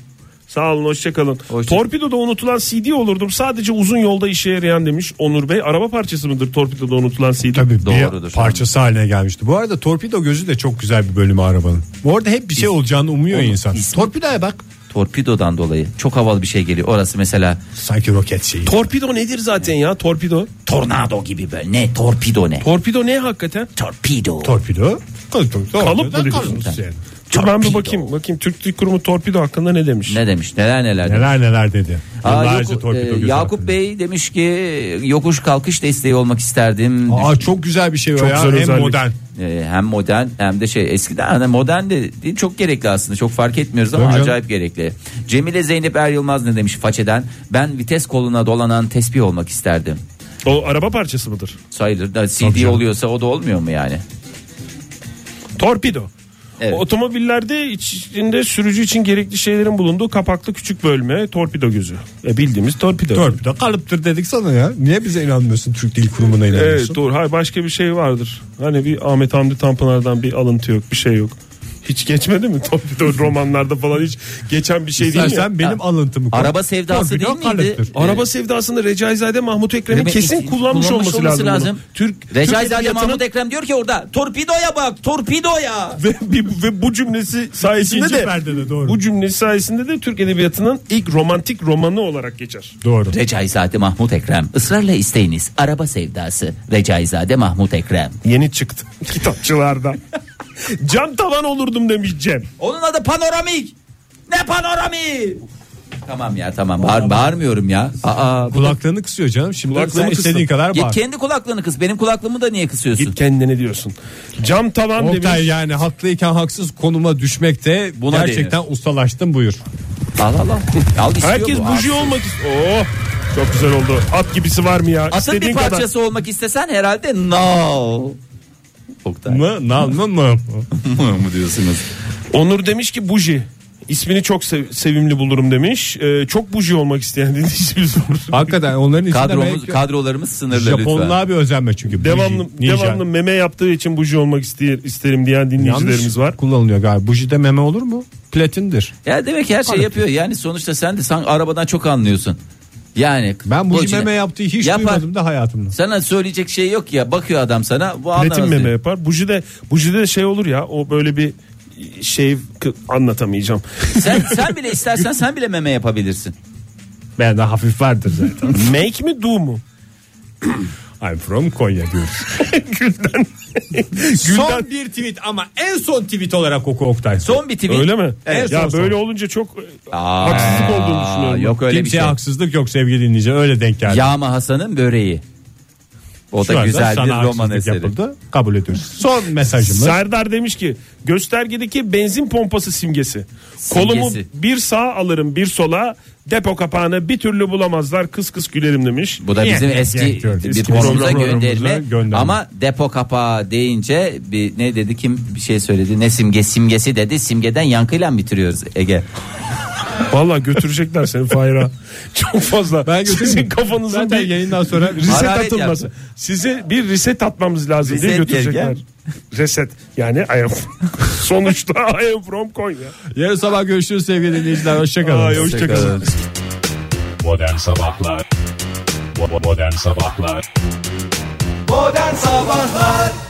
S4: Sağ olun hoşçakalın.
S3: Hoşça-
S4: Torpidoda unutulan CD olurdum. Sadece uzun yolda işe yarayan demiş Onur Bey. Araba parçası mıdır torpidoda unutulan CD?
S2: Tabii bir
S3: Doğrudur.
S2: parçası haline gelmişti. Bu arada torpido gözü de çok güzel bir bölümü arabanın. Bu arada hep bir şey olacağını umuyor insan. Torpidoya bak.
S3: Torpidodan dolayı çok havalı bir şey geliyor. Orası mesela
S2: Sanki roket şeyi.
S4: Torpido nedir zaten ya? Torpido.
S3: tornado gibi böyle. Ne torpido ne?
S4: Torpido ne hakikaten?
S3: Torpido.
S2: torpido. Kalıp,
S4: Kalıp mı diyorsun? Dur ben bir bakayım. Bakayım Türk Dil Kurumu torpido hakkında ne demiş?
S3: ne demiş? Neler neler. demiş.
S2: Neler neler dedi.
S3: Aa,
S2: Yıllarca
S3: Yakup-
S2: torpido
S3: e,
S2: gözü
S3: Yakup
S2: hakkında.
S3: Bey demiş ki yokuş kalkış desteği olmak isterdim.
S2: Aa çok güzel bir şey o
S4: Çok
S2: ya.
S4: güzel
S2: Hem
S4: özellik.
S2: modern.
S3: E, hem modern hem de şey eskiden hani modern de değil, çok gerekli aslında çok fark etmiyoruz ama
S2: Tabii canım.
S3: acayip gerekli. Cemile Zeynep Er Yılmaz ne demiş façeden ben vites koluna dolanan tesbih olmak isterdim.
S4: O araba parçası mıdır?
S3: Sayılır da CD
S2: canım.
S3: oluyorsa o da olmuyor mu yani?
S4: Torpido.
S3: Evet.
S4: Otomobillerde içinde sürücü için gerekli şeylerin bulunduğu kapaklı küçük bölme torpido gözü. E bildiğimiz torpido.
S2: Torpido kalıptır dedik sana ya. Niye bize inanmıyorsun Türk Dil Kurumu'na inanıyorsun?
S4: Evet doğru. Hayır başka bir şey vardır. Hani bir Ahmet Hamdi Tanpınar'dan bir alıntı yok, bir şey yok. Hiç geçmedi mi torpido romanlarda falan hiç geçen bir şey değil mi? ya?
S2: İstersen benim alıntımı koy.
S3: Araba sevdası
S2: Torpido
S3: değil miydi?
S2: kalıptır.
S4: Araba sevdasında Recaizade Mahmut Ekrem'in
S3: Demek
S4: kesin
S3: is-
S4: kullanmış, olması, lazım. bunu. Türk
S3: Recaizade
S4: Türk
S3: Mahmut Ekrem diyor ki orada torpidoya bak torpidoya.
S4: ve, bir- ve bu cumlesi sayesinde
S2: İkinci
S4: de
S2: perdede doğru.
S4: bu cümlesi sayesinde de Türk edebiyatının ilk romantik romanı olarak geçer.
S2: Doğru.
S3: Recaizade Mahmut Ekrem ısrarla isteyiniz araba sevdası Recaizade Mahmut Ekrem.
S4: Yeni çıktı kitapçılarda. Cam tavan olurdum demiş Cem.
S3: Onun adı panoramik. Ne panoramik? Tamam ya tamam Bağır, bağırmıyorum ya. Aa, bu-
S2: Kulaklarını kısıyor canım. Şimdi
S4: Kulaklarını
S2: sen
S4: kıstın.
S2: istediğin kadar
S3: Git
S2: bağır.
S3: kendi kulaklığını kız benim kulaklığımı da niye kısıyorsun?
S4: Git kendine diyorsun. Cam tavan demiş.
S2: Oktay yani haklıyken haksız konuma düşmekte
S3: Buna
S2: gerçekten ustalaştın buyur.
S3: Al al al. al istiyor
S4: Herkes
S3: bu. Al.
S4: buji olmak istiyor. Oh, çok güzel oldu. At gibisi var mı ya?
S3: Atın bir
S4: İstediğin kadar.
S3: parçası olmak istesen herhalde no. Oktay.
S2: Mı? Nal mı mı?
S3: mı diyorsunuz?
S4: Onur demiş ki buji. İsmini çok sev- sevimli bulurum demiş. Ee, çok buji olmak isteyen dinleyicimiz var.
S2: Hakikaten onların içinde
S3: Kadromuz,
S2: belki-
S3: kadrolarımız sınırlı lütfen.
S2: Japonluğa bir özenme çünkü. Buji,
S4: devamlı
S2: ninja.
S4: devamlı meme yaptığı için buji olmak iste- isterim diyen
S2: Yanlış
S4: dinleyicilerimiz var.
S2: kullanılıyor galiba. Buji'de meme olur mu? Platindir.
S3: Ya demek ki her şey yapıyor. Yani sonuçta sen de sen arabadan çok anlıyorsun. Yani
S2: Ben buji
S3: Boyacı-
S2: meme yaptığı hiç
S3: Yapar.
S2: duymadım da hayatımda.
S3: Sana söyleyecek şey yok ya. Bakıyor adam sana. Bu anlamaz.
S4: Platin
S3: diyor.
S4: meme yapar. Buji de buji de şey olur ya. O böyle bir şey k- anlatamayacağım.
S3: Sen sen bile istersen sen bile meme yapabilirsin.
S2: Ben de hafif vardır zaten.
S4: Make mi do mu?
S2: I'm from Konya diyoruz.
S4: Gülden.
S2: Son bir tweet ama en son tweet olarak oku Oktay.
S3: Son bir tweet.
S4: Öyle mi?
S2: Evet,
S4: ya
S2: son
S4: böyle
S2: son.
S4: olunca çok
S3: Aa,
S4: haksızlık olduğunu düşünüyorum.
S3: Yok öyle bir
S2: Kimseye
S3: şey.
S2: haksızlık yok sevgili dinleyici. Öyle denk geldi.
S3: Yağma Hasan'ın böreği. O
S2: Şu
S3: da
S2: anda
S3: güzel
S2: sana
S3: bir roman
S2: haksızlık
S3: eseri.
S2: Yapıldı. Kabul ediyoruz. Son mesajımız.
S4: Serdar demiş ki göstergedeki benzin pompası simgesi. Kolumu bir sağa alırım bir sola depo kapağını bir türlü bulamazlar kız kız gülerim demiş.
S3: Bu da bizim eski
S2: yeah, diyoruz.
S3: bir
S2: Eski
S3: programımıza
S2: programımıza
S3: gönderme.
S2: gönderme.
S3: Ama depo kapağı deyince bir ne dedi kim bir şey söyledi. Ne simge simgesi dedi. Simgeden yankıyla bitiriyoruz Ege.
S4: Valla götürecekler seni Fahir'a. Çok fazla.
S2: Ben götüreyim
S4: Sizin
S2: mi?
S4: kafanızın
S2: Zaten
S4: bir
S2: yayından sonra
S4: reset
S3: Hararet
S4: atılması.
S3: yaptı.
S4: Size bir reset atmamız lazım diye
S3: Reset
S4: götürecekler. Reset yani I am sonuçta I am from Konya.
S2: Yarın sabah görüşürüz sevgili dinleyiciler.
S4: Ay,
S2: Hoşçakalın.
S4: hoşçakalın.
S9: Modern Sabahlar Bo- Modern Sabahlar
S5: Modern Sabahlar